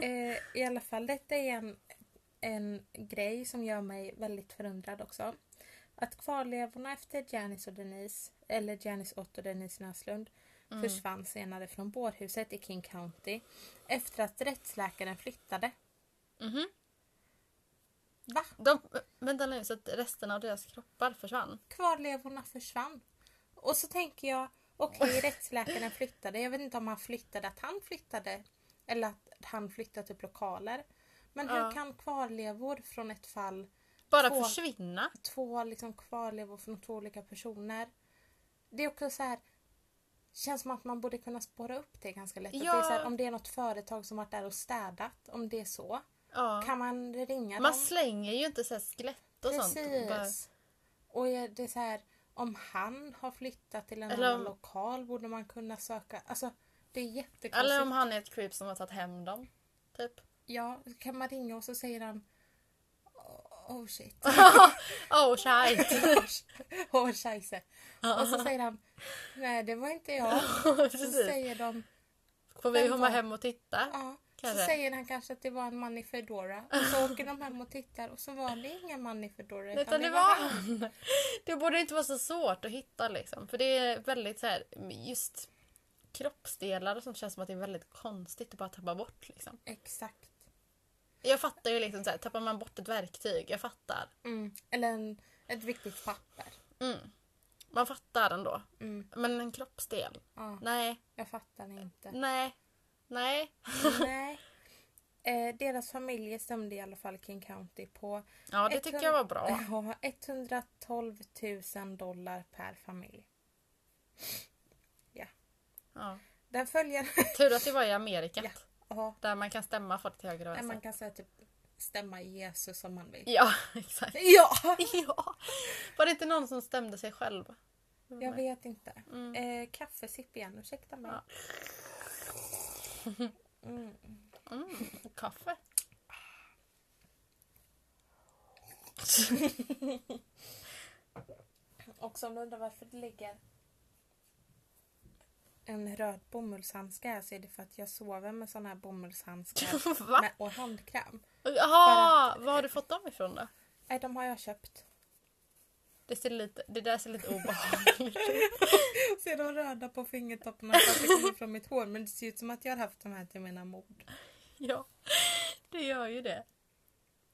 S2: Eh, I alla fall, detta är en, en grej som gör mig väldigt förundrad också. Att kvarlevorna efter Janice och Denise, eller Janice Ott och Denise Näslund, försvann senare från bårhuset i King County efter att rättsläkaren flyttade.
S1: Mhm.
S2: Va?
S1: De, vänta nu, så att resten av deras kroppar försvann?
S2: kvarlevorna försvann. Och så tänker jag, okej rättsläkaren flyttade. Jag vet inte om han flyttade, att han flyttade. Eller att han flyttade typ lokaler. Men hur
S1: Ja.
S2: kan kvarlevor från ett fall,
S1: Bara
S2: Två.
S1: försvinna?
S2: två liksom kvarlevor från två olika personer. Det är också så här känns som att man borde kunna spåra upp det ganska lätt. Att Det är
S1: Ja.
S2: så här, om det är något företag som varit där och städat, om det är så.
S1: Ja.
S2: Kan man ringa
S1: Man
S2: dem?
S1: slänger ju inte så här skelett och sånt. Bara,
S2: Precis. Och jag- det är så här, om han har flyttat till en
S1: Eller
S2: annan
S1: om-
S2: lokal borde man kunna söka. Alltså, det är jättekonstigt.
S1: eller om han är ett creep som har tagit hem dem. Typ.
S2: Ja, kan man ringa och så säger han Oh shit.
S1: Oh shit!
S2: oh scheisse. Och så säger han Nej det var inte jag. Så
S1: Precis.
S2: säger de
S1: Får vi
S2: Vem
S1: komma
S2: var-
S1: hem och titta?
S2: Ja. Så
S1: Kanske.
S2: säger han kanske att det var en man i Fedora. Och så åker de hem och tittar och så var det ingen man i Fedora.
S1: Utan det var han. Det borde inte vara så svårt att hitta liksom. För det är väldigt så här, just kroppsdelar och sånt känns som att det är väldigt konstigt att bara tappa bort liksom.
S2: Exakt.
S1: Jag fattar ju liksom så här, tappar man bort ett verktyg, jag fattar.
S2: Mm. Eller en, ett viktigt papper.
S1: Mm. Man fattar ändå.
S2: Mm.
S1: Men en kroppsdel?
S2: Ja.
S1: Nej,
S2: Jag fattar inte.
S1: nej, nej.
S2: Nej. Eh, deras familjer stämde i alla fall King County på
S1: Ja, det tycker jag var bra.
S2: ja, 112 000 dollar per familj.
S1: Ja.
S2: Den följer...
S1: Tur att det var i Amerika.
S2: Ja. ja,
S1: Där man kan stämma folk till höger och
S2: där
S1: vänster.
S2: man kan säga typ stämma Jesus om man vill.
S1: Ja, exakt.
S2: Ja!
S1: Ja. Var det inte någon som stämde sig själv?
S2: Jag vet inte. Eh, kaffesipp igen, ursäkta mig.
S1: Mm. Ja. Mm, kaffe.
S2: Och som undrar varför det ligger en röd bomullshandske här så är det för att jag sover med såna här bomullshandskar
S1: Va?
S2: med, och handkräm.
S1: Jaha, var har du fått dem ifrån då?
S2: Nej, de har jag köpt.
S1: Det, ser lite, det där ser lite obehagligt ut.
S2: Ser de röda på fingertopparna för att det kommer från mitt hår men det ser ut som att jag har haft de här till mina mord.
S1: Ja, det gör ju det.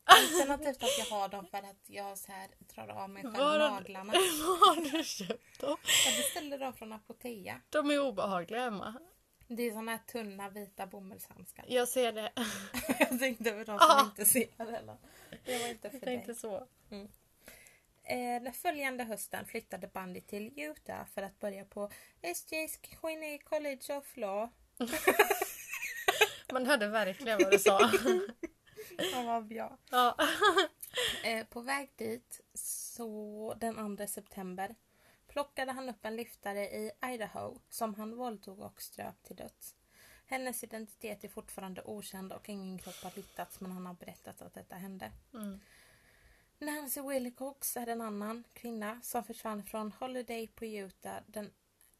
S2: Alternativt att jag har dem för att jag så här drar av mig själv
S1: Var har-
S2: naglarna.
S1: Var har du köpt dem?
S2: Jag beställde dem från Apotea.
S1: De är obehagliga Emma.
S2: Det är såna här tunna vita bomullshandskar.
S1: Jag ser det.
S2: Jag tänkte för de
S1: Ah.
S2: som inte ser eller. Det var inte för
S1: Jag
S2: dig.
S1: tänkte så.
S2: Eh, den följande hösten flyttade Bundy till Utah för att börja på SJ's Quinney College of Law.
S1: Man hörde verkligen vad du sa.
S2: Ja, vad bra.
S1: Ja.
S2: Eh, på väg dit, så den 2 september, plockade han upp en lyftare i Idaho som han våldtog och ströp till döds. Hennes identitet är fortfarande okänd och ingen kropp har hittats men han har berättat att detta hände.
S1: Mm.
S2: Nancy Wilcox är en annan kvinna som försvann från Holiday på Utah den,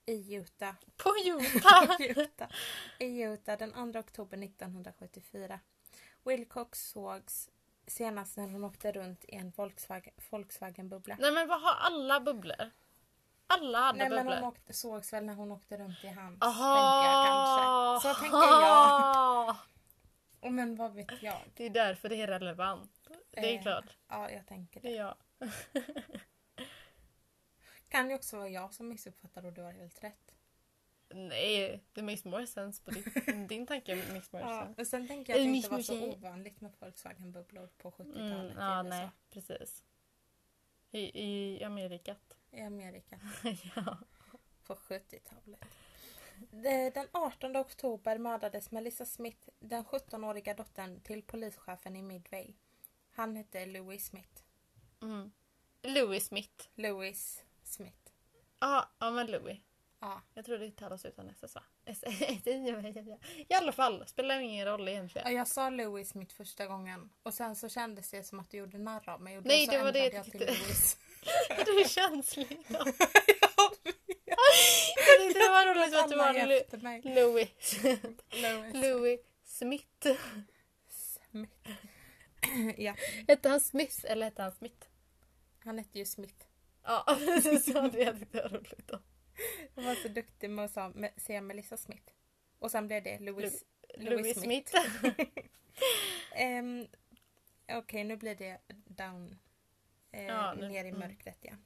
S2: i Utah
S1: På Utah!
S2: Utah, i Utah den 2 oktober 1974. Wilcox sågs senast när hon åkte runt i en Volkswagen, Volkswagen-bubbla.
S1: Nej men vad har alla bubblor? Alla hade
S2: Nej men
S1: bubblor.
S2: hon åkte, sågs väl när hon åkte runt i hans tänker jag
S1: Aha!
S2: kanske. Så tänker jag.
S1: Aha!
S2: Och men vad vet jag?
S1: Det är därför det är relevant. Det är
S2: Eh,
S1: klart.
S2: Ja, jag tänker
S1: Det
S2: det.
S1: är jag.
S2: Kan ju också vara jag som missuppfattar och du har helt rätt.
S1: Nej, det makes more sense på din, din tanke. Makes more
S2: Ja,
S1: sense.
S2: och sen tänker jag
S1: Eh,
S2: att det
S1: miss-
S2: inte var så
S1: miss-
S2: ovanligt med Volkswagen-bubblor på 70-talet
S1: Mm,
S2: i
S1: ja,
S2: USA.
S1: nej, precis. I, i Amerikat.
S2: I Amerika.
S1: ja.
S2: på 70-talet. De- Den 18 oktober mördades Melissa Smith, den 17-åriga dottern till polischefen i Midway. Han hette Louis Smith.
S1: mm. Louis Smith.
S2: Louis Smith.
S1: Ja, ja men Louis.
S2: Ja.
S1: Jag tror det talas utan SS va? SS, I alla fall, spelar ingen roll egentligen.
S2: Ja, Jag sa Louis mitt första gången och sen så kändes det som att du gjorde narr av mig och då
S1: Nej,
S2: så
S1: det var det jag
S2: ändrade jag till
S1: tyckte.
S2: Louis.
S1: Du är känslig.
S2: Ja,
S1: Jag tyckte det var roligt att du
S2: Anna
S1: var Lu-
S2: efter mig.
S1: Louis.
S2: Louis.
S1: Louis Smith.
S2: Smith. ja,
S1: Hette han Smith eller hette han Smith?
S2: han hette ju Smith.
S1: Ja, du sa det jag tyckte det var roligt. Då.
S2: Han var så duktig med att sa- med- säga Melissa Smith. Och sen blev det Louis. Louis
S1: Louis Smith.
S2: Ehm, Okej, nu blir det down. Eh,
S1: Ja, nu-
S2: ner i
S1: mm.
S2: mörkret igen.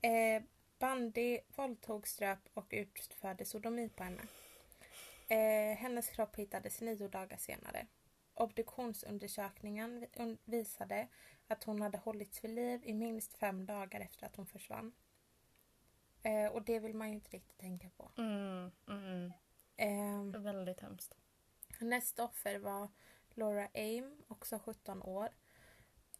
S2: Eh, bandy våldtog, ströp och utförde sodomi på henne. Eh, hennes kropp hittades nio dagar senare. Obduktionsundersökningen vi- un- visade att hon hade hållits vid liv i minst fem dagar efter att hon försvann. Eh, och det vill man ju inte riktigt tänka på.
S1: Mm, mm,
S2: Ehm,
S1: mm. Väldigt hemskt.
S2: Nästa offer var Laura Aim, också 17 år.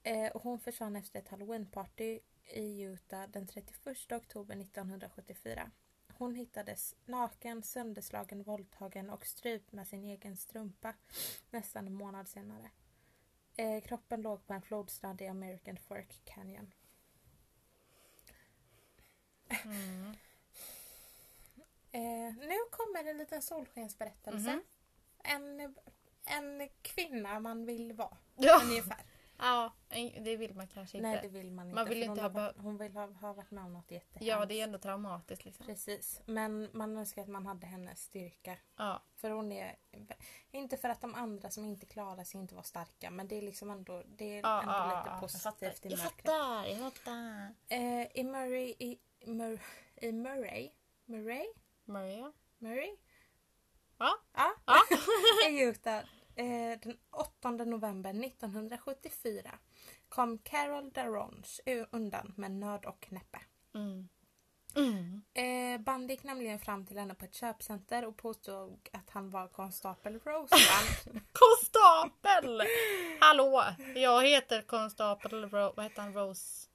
S2: Eh, och hon försvann efter ett halloweenparty i Utah den 31 oktober 1974. Hon hittades naken, sönderslagen, våldtagen och strypt med sin egen strumpa nästan en månad senare. Eh, kroppen låg på en flodstrand i American Fork Canyon.
S1: Mm.
S2: Eh, nu kommer en liten solskensberättelse.
S1: Mhm.
S2: En, en kvinna man vill vara,
S1: Ja.
S2: ungefär.
S1: ja, det vill man kanske inte.
S2: Nej det vill man inte.
S1: Man vill
S2: för
S1: inte
S2: hon,
S1: ha
S2: har, varit- hon vill ha, ha varit med om något jättehemskt.
S1: ja, det är ändå traumatiskt liksom.
S2: Precis. Men man önskar att man hade hennes styrka.
S1: Ja.
S2: För hon är... Inte för att de andra som inte klarar sig inte var starka men det är liksom ändå, det är
S1: Ja,
S2: ändå
S1: ja, ja,
S2: lite
S1: ja.
S2: positivt i
S1: Jag
S2: mörkret.
S1: fattar, jag fattar.
S2: Eh, I Murray... I, Mur, i Murray? Murray?
S1: Maria?
S2: Murray?
S1: Ja.
S2: Ja.
S1: Ja.
S2: I Utah eh, den 8 november 1974 kom Carol Daronge u- undan med nöd och näppe.
S1: Mm. Mm.
S2: Eh, Band gick nämligen fram till henne på ett köpcenter och påstod att han var konstapel Roseband.
S1: Konstapel! Hallå! Jag heter konstapel Ro- vad heter han? Rose...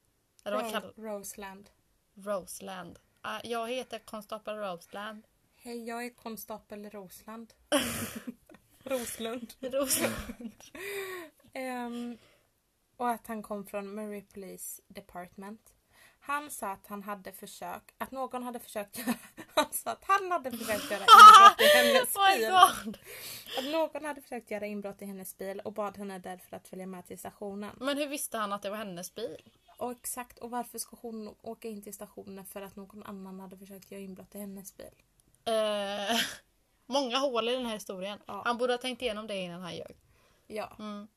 S1: Eller vad kallar
S2: Ro- Roseland.
S1: Roseland. Ah, jag heter konstapel Roseland.
S2: Hej, jag är konstapel Rosland. Roslund.
S1: Roseland.
S2: Ehm, och att han kom från Murray Police Department. Han sa att han hade försökt, att någon hade försökt göra, han sa att han hade försökt göra inbrott i hennes
S1: Oh my
S2: bil.
S1: god!
S2: Att någon hade försökt göra inbrott i hennes bil och bad henne därför att följa med till stationen.
S1: Men hur visste han att det var hennes bil?
S2: Och exakt, och varför ska hon åka in till stationen för att någon annan hade försökt göra inbrott i hennes bil?
S1: Eh, många hål i den här historien.
S2: Ja.
S1: Han borde ha tänkt igenom det innan han ljög.
S2: Ja,
S1: Mm.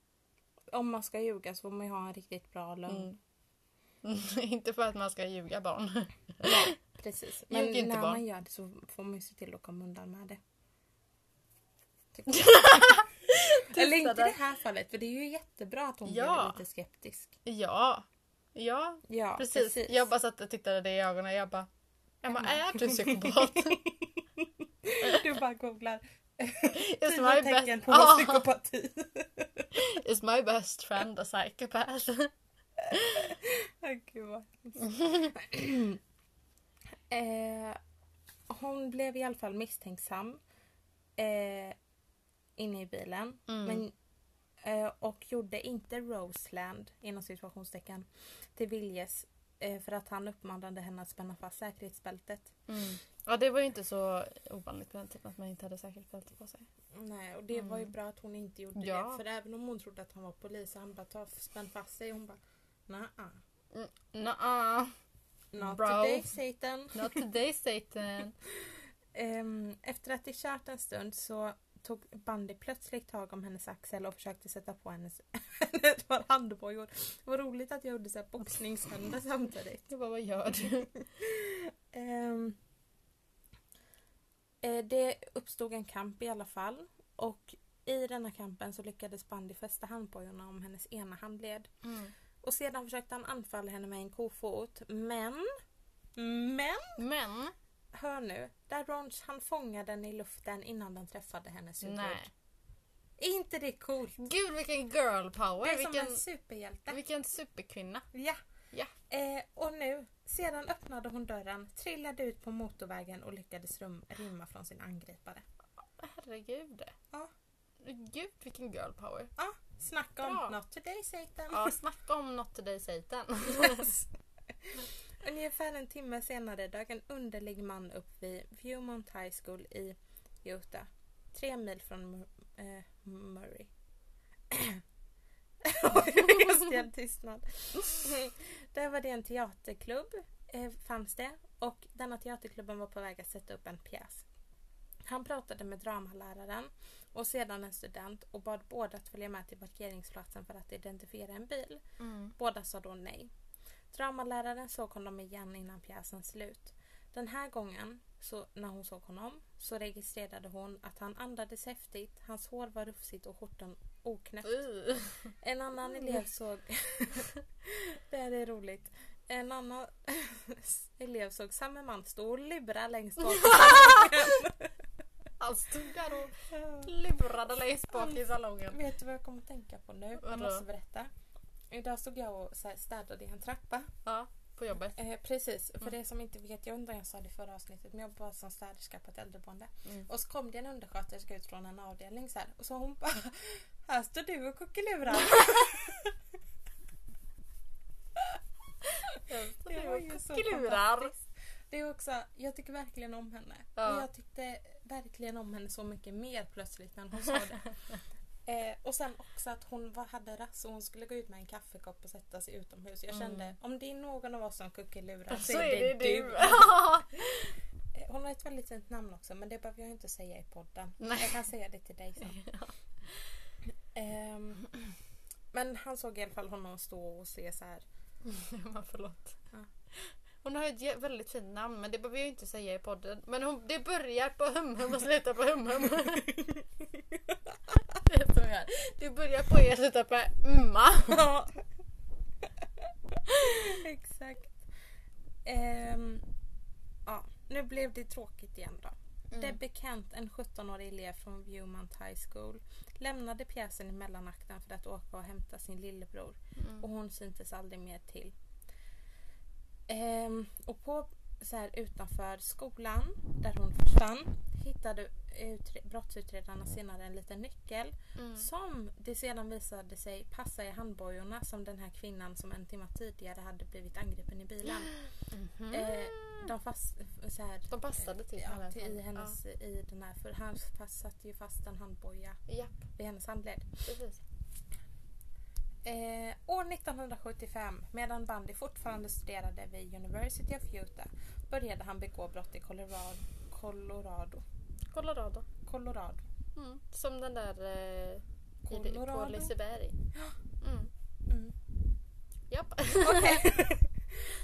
S2: om man ska ljuga så får man ju ha en riktigt bra lön.
S1: Mm. Inte för att man ska ljuga barn.
S2: Precis.
S1: Ljug
S2: Men
S1: inte
S2: när
S1: bara.
S2: man gör det så får man ju se till att komma undan med det. Tycker jag. Eller inte i det här fallet, för det är ju jättebra att hon
S1: Ja.
S2: blev lite skeptisk.
S1: Ja. Ja,
S2: Ja,
S1: precis. Mm.
S2: precis.
S1: Jag bara satt och tittade dig i ögonen. Jag bara, Emma, är du psykopat?
S2: Du bara googlar
S1: Is
S2: fyra
S1: my,
S2: tecken
S1: best...
S2: på
S1: Ah,
S2: psykopati.
S1: is my best friend a psychopath?
S2: Åh, Gud vad hemskt. eh, hon blev i alla fall misstänksam eh, inne i bilen.
S1: Mm.
S2: Men, eh, och gjorde inte Roseland inom situationstecken till viljes eh, för att han uppmanade henne att spänna fast säkerhetsbältet.
S1: Mm. Ja, det var ju inte så ovanligt på den tiden att man inte hade säkerhetsbälte på sig.
S2: Nej, och det var ju bra att hon inte gjorde
S1: Ja.
S2: det. För även om hon trodde att han var polis, han bara ta, spänn fast sig. Hon bara nah,
S1: Nah,
S2: not
S1: Bro.
S2: today Satan.
S1: not today Satan.
S2: Ehm, efter att det kört en stund så tog Bandy plötsligt tag om hennes axel och försökte sätta på hennes ett par handbojor. Det var roligt att jag gjorde så här boxningshänder samtidigt.
S1: Jag bara, vad gör du?
S2: Ehm, eh, det uppstod en kamp i alla fall och i denna kampen så lyckades Bandy fästa handbojorna om hennes ena handled.
S1: Mm.
S2: Och sedan försökte han anfalla henne med en kofot men... Men!
S1: Men,
S2: Hör nu. Där Ronch han fångade den i luften innan den träffade hennes huvud.
S1: nej.
S2: Är inte det coolt?
S1: Gud vilken girl power!
S2: Det är som
S1: vilken,
S2: en superhjälte.
S1: vilken superkvinna.
S2: Ja.
S1: Ja.
S2: Eh, och nu, sedan öppnade hon dörren, trillade ut på motorvägen och lyckades rum, rymma från sin angripare.
S5: Herregud.
S2: Ja.
S5: Gud vilken girl power.
S2: Snacka om
S5: Bra.
S2: not today Satan!
S5: Ja, snacka om något till dig Satan.
S2: Ungefär en timme senare dök en underlig man upp vid Viewmont High School i Utah. Tre mil från Mur- eh, Murray. Oj, Stel tystnad. Där var det en teaterklubb. Eh, fanns det. Och denna teaterklubben var på väg att sätta upp en pjäs. Han pratade med dramaläraren och sedan en student och bad båda att följa med till parkeringsplatsen för att identifiera en bil.
S1: Mm.
S2: Båda sa då nej. Dramaläraren såg honom igen innan pjäsens slut. Den här gången, så, när hon såg honom, så registrerade hon att han andades häftigt, hans hår var rufsigt och skjortan oknäppt.
S5: Uh.
S2: En annan elev såg... det här är roligt. En annan elev såg samme man stå och lura längst bak.
S5: Han stod där och lurade längst bak i salongen.
S2: Vet du vad jag kommer att tänka på nu? Jag
S5: Vadå?
S2: måste berätta. Idag stod jag och så här städade i en trappa.
S5: Ja, på jobbet.
S2: Eh, precis, för det som inte vet, jag undrar om jag sa det i förra avsnittet, men jag jobbade som städerska på ett äldreboende.
S5: Mm.
S2: Och så kom det en undersköterska ut från en avdelning så här, och så hon bara Här står du och kuckelurar.
S5: Det var ju
S2: så
S5: så Klurar.
S2: fantastiskt. Det är också, jag tycker verkligen om henne.
S5: Ja.
S2: Och jag tyckte verkligen om henne så mycket mer plötsligt när hon sa det. eh, och sen också att hon var, hade rast och hon skulle gå ut med en kaffekopp och sätta sig utomhus. Jag kände, om det är någon av oss som kuckelurar Mm. så är Alltså, det, du. Eh, Hon har ett väldigt fint namn också men det behöver jag inte säga i podden.
S5: Nej.
S2: Jag kan säga det till dig sen. Ehm, men han såg i alla fall honom stå och se så här.
S5: Men förlåt.
S2: Ja.
S5: Hon har ett jä- väldigt fint namn men det behöver jag ju inte säga i podden. Men hon, det börjar på hum hum och slutar på hum hum. Det är så här. Det börjar på er och slutar på umma.
S2: Ja. Exakt. Ehm, ja, nu blev det tråkigt igen då.
S5: Mm.
S2: Debbie Kent, en 17-årig elev från Viewmont High School, lämnade pjäsen i mellanakten för att åka och hämta sin lillebror.
S5: Mm.
S2: Och hon syntes aldrig mer till. Ehm, och på så här, utanför skolan där hon försvann hittade utre- brottsutredarna senare en liten nyckel som det sedan visade sig passa i handbojorna som den här kvinnan som en timme tidigare hade blivit angripen i bilen. Eh, de fast, så här,
S5: De passade till
S2: ja,
S5: henne.
S2: till, i hennes, i den här, för han fast, satte ju fast en handboja
S5: Ja, japp,
S2: vid hennes handled.
S5: precis.
S2: Eh, år 1975, medan Bundy fortfarande studerade vid University of Utah, började han begå brott i Colorado. Colorado.
S5: Colorado.
S2: Colorado.
S5: Mm. Som den där eh, i, på
S2: Colorado.
S5: Liseberg. Mm.
S2: Mm.
S5: Japp.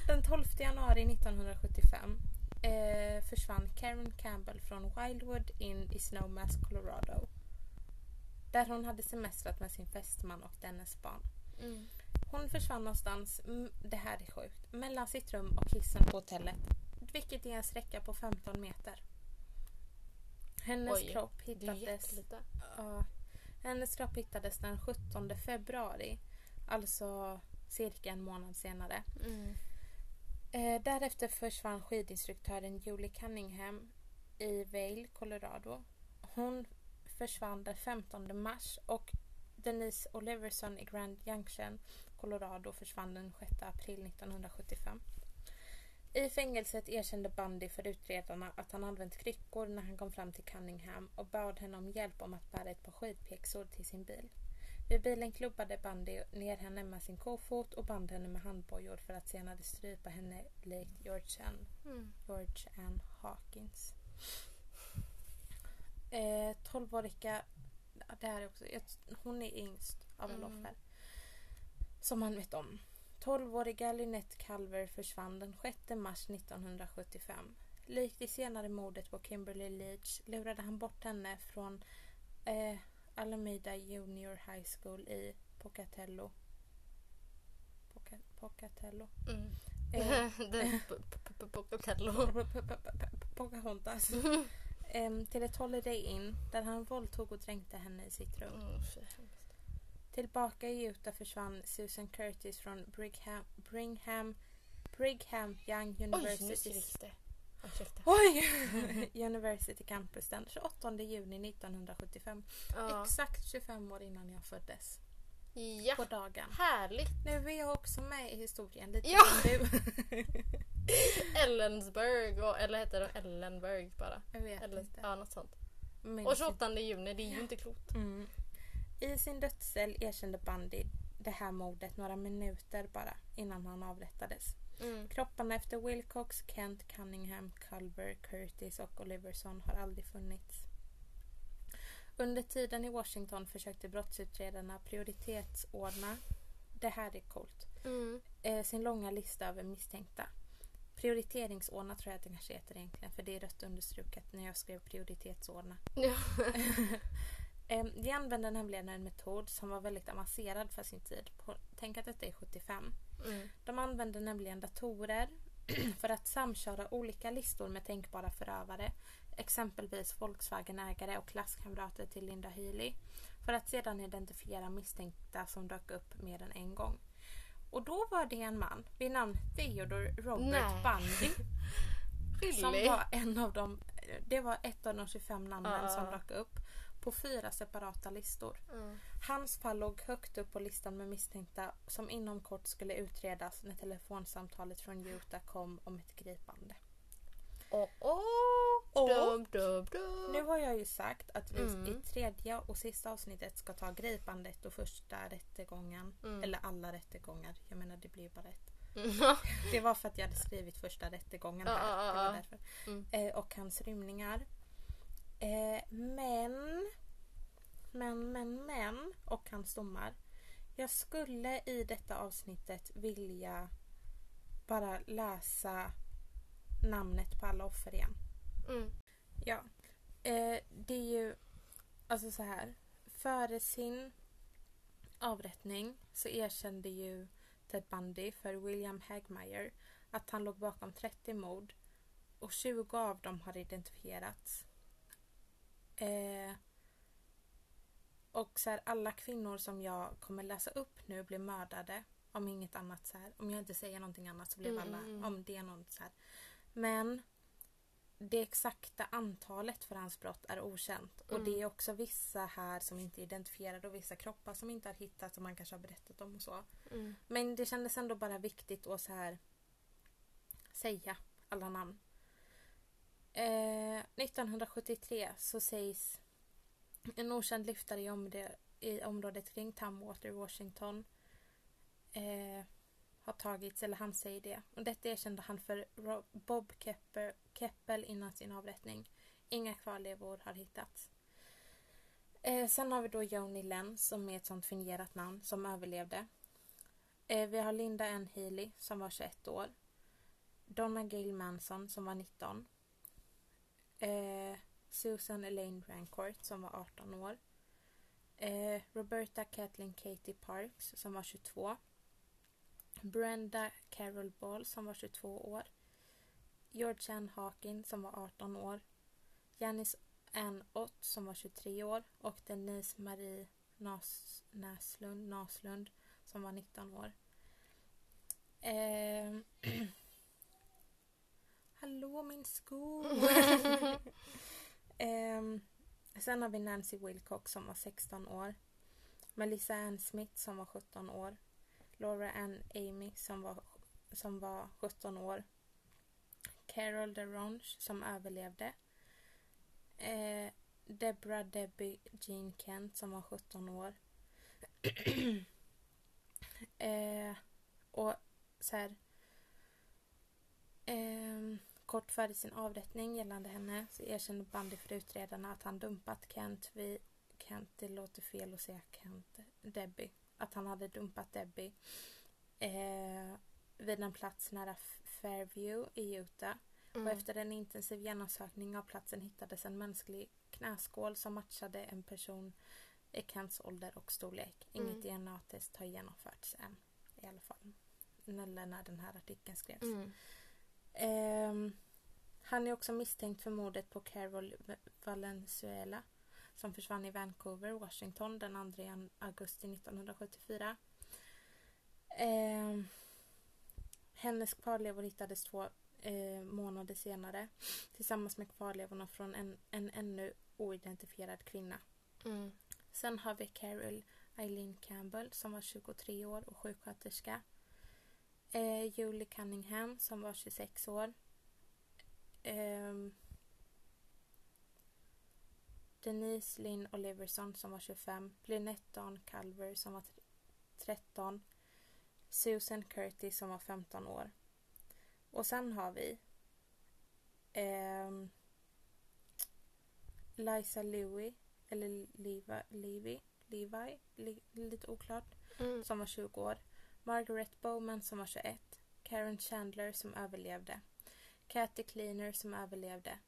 S2: Den 12 januari 1975 eh, försvann Karen Campbell från Wildwood Inn i Snowmass, Colorado. Där hon hade semestrat med sin fästman och dennes barn.
S5: Mm.
S2: Hon försvann någonstans, mm, det här är sjukt, mellan sitt rum och hissen på hotellet. Vilket är en sträcka på 15 meter. Hennes
S5: Oj,
S2: kropp
S5: Det är ju
S2: hittades...
S5: jättelite.
S2: Ja. hennes kropp hittades den 17 februari. Alltså cirka en månad senare.
S5: Mm.
S2: Eh, därefter försvann skidinstruktören Julie Cunningham i Vail, Colorado. Hon försvann den 15 mars och Denise Oliverson i Grand Junction, Colorado försvann den 6 april 1975. I fängelset erkände Bundy för utredarna att han använt kryckor när han kom fram till Cunningham och bad henne om hjälp om att bära ett par skidpjäxor till sin bil. Vid bilen klubbade Bundy ner henne med sin kofot och band henne med handbojor för att senare strypa henne likt George Ann,
S5: Mm.
S2: George Ann Hawkins. Eh, 12-åriga, det här är också, jag- hon är yngst av alla offer. Som man vet om. 12-åriga Lynette Calver försvann den 6 mars 1975. Likt det senare mordet på Kimberly Leach lurade han bort henne från eh, Alameda Junior High School i Pocatello. Poca, Pocatello?
S5: Mm.
S2: Eh, Mm.
S5: Det är p- p- p- Pocatello.
S2: Pocahontas. Em, till ett holiday in där han våldtog och dränkte henne i sitt rum.
S5: Mm, fy, hemskt.
S2: Tillbaka i Utah försvann Susan Curtis från Brigham, Brigham Brigham Young
S1: Oj, nu
S2: University.
S1: gick det. Ursäkta.
S2: Oj! University Campus den 28 juni 1975.
S1: Ja.
S2: Exakt 25 år innan jag föddes. På
S1: ja.
S2: dagen.
S1: Härligt.
S2: Nu är jag också med i historien lite
S1: Ja.
S2: som du.
S1: Ellensburg, och, eller heter det Ellenburg bara?
S2: Jag vet
S1: Eller,
S2: inte.
S1: ja, något sånt.
S2: Minns
S1: Och
S2: inte.
S1: 28 juni, det är ju inte klokt.
S2: Mm. I sin dödscell erkände Bundy det här mordet några minuter bara innan han avrättades.
S1: Mm.
S2: Kropparna efter Wilcox, Kent, Cunningham, Culver, Curtis och Oliverson har aldrig funnits. Under tiden i Washington försökte brottsutredarna prioritetsordna, det här är coolt,
S1: Mm.
S2: eh, sin långa lista över misstänkta. Prioriteringsordna tror jag att det kanske heter egentligen för det är rött understruket när jag skrev prioritetsordna.
S1: Ja.
S2: Eh, De använde nämligen en metod som var väldigt avancerad för sin tid. På- Tänk att detta är 75.
S1: Mm.
S2: De använde nämligen datorer för att samköra olika listor med tänkbara förövare. Exempelvis Volkswagen-ägare och klasskamrater till Linda Healy. För att sedan identifiera misstänkta som dök upp mer än en gång. Och då var det en man vid namn Theodore Robert
S1: Nej.
S2: Bundy som
S1: Billy.
S2: var en av de, det var ett av de 25 namnen
S1: Ja.
S2: som dök upp på fyra separata listor.
S1: Mm.
S2: Hans fall låg högt upp på listan med misstänkta som inom kort skulle utredas när telefonsamtalet från Utah kom om ett gripande.
S1: Och, och,
S2: Och-
S1: dum, dum, dum.
S2: Nu har jag ju sagt att vi
S1: Mm.
S2: i tredje och sista avsnittet ska ta gripandet och första rättegången.
S1: Mm.
S2: Eller alla rättegångar. Jag menar det blir ju bara ett.
S1: Ja.
S2: Det var för att jag hade skrivit första rättegången
S1: Ja,
S2: här.
S1: ja,
S2: Det var
S1: ja.
S2: därför.
S1: Mm.
S2: Eh, och hans rymningar. Eh, men, men, men, men och hans domar. Jag skulle i detta avsnittet vilja bara läsa namnet på alla offer igen.
S1: Mm.
S2: Ja. Eh, det är ju, alltså så här. Före sin avrättning så erkände ju Ted Bundy för William Hagmire att han låg bakom 30 mord och 20 av dem har identifierats. Eh, och så här, alla kvinnor som jag kommer läsa upp nu blir mördade. Om inget annat så här. Om jag inte säger någonting annat så blir
S1: Mm, mm,
S2: alla,
S1: mm.
S2: om det är något så här. Men det exakta antalet för hans brott är okänt. Och
S1: Mm.
S2: det är också vissa här som inte är identifierade och vissa kroppar som inte har hittats som man kanske har berättat om och så.
S1: Mm.
S2: Men det kändes ändå bara viktigt att så här säga alla namn. Eh, 1973 så sägs en okänd lyftare i, områ- i området kring Tumwater, Washington eh, har tagits, eller han säger det. Och detta erkände han för Rob- Bob Keppel, Keppel innan sin avrättning. Inga kvarlevor har hittats. Eh, sen har vi då Joni Lenn som är ett sånt fingerat namn som överlevde. Eh, vi har Linda N Healy som var 21 år. Donna Gail Manson som var 19. Eh, Susan Elaine Rancourt som var 18 år. Eh, Roberta Kathleen Katie Parks som var 22. Brenda Carol Ball som var 22 år. George Ann Hawkin som var 18 år. Janice Ann Ott som var 23 år och Denise Marie Nas- Näslund, Naslund som var 19 år. Ehm. Hallå min sko! Ehm, sen har vi Nancy Wilcox som var 16 år. Melissa Ann Smith som var 17 år. Laura Ann Amy som var, som var 17 år. Carol DeRonge som överlevde. Eh, Deborah Debbie Jean Kent som var 17 år. eh, och så här. Ehm, kort före sin avrättning gällande henne så erkände Bundy för utredarna att han dumpat Kent vid Kent, det låter fel att säga Kent, Debbie. Att han hade dumpat Debbie eh, vid en plats nära F- Fairview i Utah.
S1: Mm.
S2: Och efter en intensiv genomsökning av platsen hittades en mänsklig knäskål som matchade en person i Kents ålder och storlek. Inget DNA-test har genomförts än. I alla fall. Eller när den här artikeln skrevs.
S1: Mm.
S2: Ehm, han är också misstänkt för mordet på Carol V- Valenzuela som försvann i Vancouver, Washington den 2 jan- augusti 1974. Ehm, Hennes kvarlevor hittades två eh, månader senare tillsammans med kvarlevorna från en, en ännu oidentifierad kvinna.
S6: Mm.
S2: Sen har vi Carol Eileen Campbell som var 23 år och sjuksköterska. Eh, Julie Cunningham som var 26 år. Ehm, Denise Lynn Oliverson som var 25. Lynette Dawn Calver som var tre- 13. Susan Curtis som var 15 år. Och sen har vi ehm, Liza Lewy eller Levi, Levi, Levi li, lite oklart,
S6: Mm.
S2: som var 20 år. Margaret Bowman som var 21. Karen Chandler som överlevde. Cathy Cleaner som överlevde.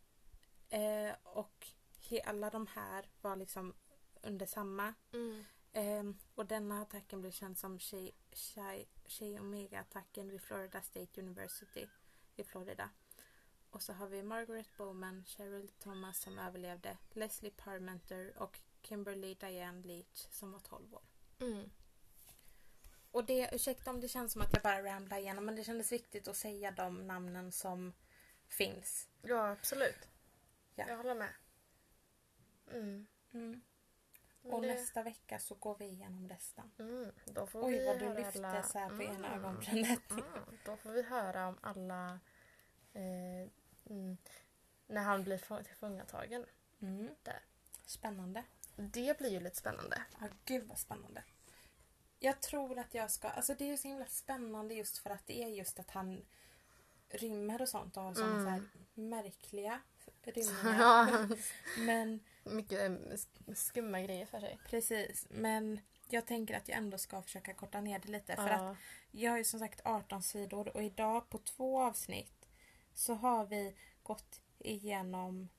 S2: Eh, och he, alla de här var liksom under samma.
S6: Mm.
S2: Ehm, och denna attacken blev känd som Chi- Chi Chi Omega-attacken vid Florida State University i Florida. Och så har vi Margaret Bowman, Cheryl Thomas som överlevde, Leslie Parmenter och Kimberly Diane Leach som var 12 år.
S6: Mm.
S2: Och det, ursäkta om det känns som att jag bara ramlar igenom men det kändes viktigt att säga de namnen som finns.
S6: Ja, absolut.
S2: Ja.
S6: Jag håller med. Mm. Men
S2: Och
S6: det-
S2: nästa vecka så går vi igenom resten.
S1: Mm, då får
S2: Oj
S1: vi
S2: vad du
S1: höra
S2: lyfte
S1: alla...
S2: så här på
S1: Mm,
S2: ena ögonbrynet.
S1: mm, Då får vi höra om alla... Eh, mm, när han blir få- tillfångatagen.
S2: Mm.
S1: Där.
S2: Spännande.
S1: Det blir ju lite spännande.
S2: Ja, Ah, gud vad spännande. Jag tror att jag ska... Alltså det är ju så himla spännande just för att det är just att han rymmer och sånt och har såna
S1: Mm.
S2: så här märkliga rymningar.
S1: Ja.
S2: Men
S1: Mycket eh, sk- skumma grejer för sig.
S2: precis. Men jag tänker att jag ändå ska försöka korta ner det lite. För att
S1: Ja.
S2: jag har ju som sagt 18 sidor och idag på två avsnitt så har vi gått igenom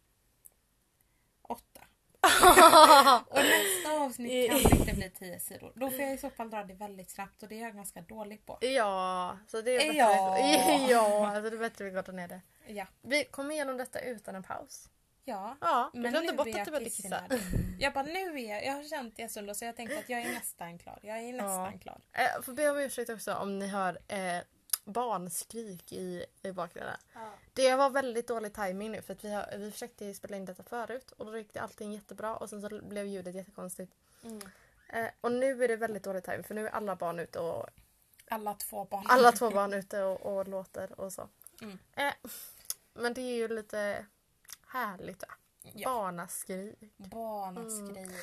S2: åtta. och nästa avsnitt kan det inte bli 10 sidor. Då får jag i så fall dra det väldigt snabbt och det är jag ganska dålig på.
S1: Ja, så det är bättre
S2: Eh, Ja.
S1: vi, ja, alltså det är bättre vi kortar ner det.
S2: Ja.
S1: Vi kom igenom detta utan en paus.
S2: Ja.
S1: Ja, du
S2: Men
S1: glömde
S2: nu
S1: bort
S2: är
S1: att
S2: jag
S1: du började kissa.
S2: kissnödig. Jag bara nu är jag, jag har känt det en stund och så jag tänkte att jag är nästan klar. Jag är nästan klar.
S1: Eh, får be om ursäkt också om ni hör eh, barnskrik i, i bakgrunden. Det var väldigt dålig timing nu för att vi, har, vi försökte spela in detta förut och då gick det allting jättebra och sen så blev ljudet jättekonstigt.
S2: Mm.
S1: Eh, och nu är det väldigt dålig timing för nu är alla barn ute och
S2: Alla två barn.
S1: alla två barn ute och, och låter och så.
S2: Mm.
S1: Eh, men det är ju lite härligt va?
S2: Ja.
S1: Barnaskrik.
S2: Barnaskrik.
S1: Mm.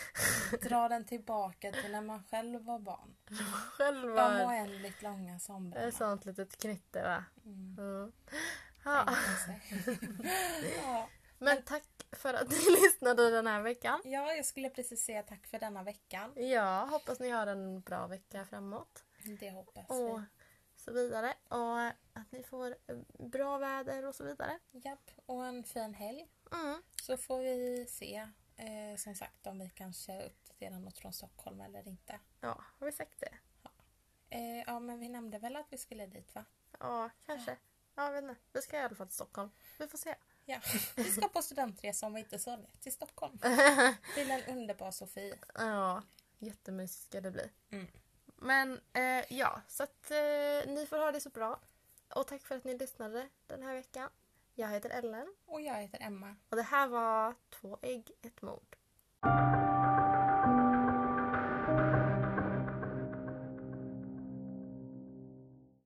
S2: Dra den tillbaka till när man själv var barn. De
S1: Själva
S2: oändligt långa
S1: det är
S2: somrarna.
S1: sånt litet knytte va?
S2: Mm.
S1: Mm. Ja.
S2: Tänker sig. Alltså. ja.
S1: Men tack för att ni lyssnade den här veckan.
S2: ja, jag skulle precis säga tack för denna veckan.
S1: Ja, hoppas ni har en bra vecka framåt.
S2: Det hoppas
S1: Och så vidare. Och att ni får eh, bra väder och så vidare.
S2: vi. Japp, och en fin helg.
S1: Mm.
S2: Så får vi se eh, som sagt om vi kanske uppdaterar något från Stockholm eller inte.
S1: Ja, har vi sagt det?
S2: Eh, ja, men vi nämnde väl att vi skulle dit va?
S1: Ja, kanske. Ja, jag vet inte. Vi ska i alla fall till Stockholm. Vi får se.
S2: Ja, vi ska på studentresa om vi inte sa det. Till Stockholm. Till en underbar Sofie.
S1: Ja, jättemysigt ska det bli.
S2: Mm.
S1: Men eh, ja, så att eh, ni får ha det så bra. Och tack för att ni lyssnade den här veckan. Jag heter Ellen
S2: Och jag heter Emma.
S1: och det här var Två ägg, ett mord.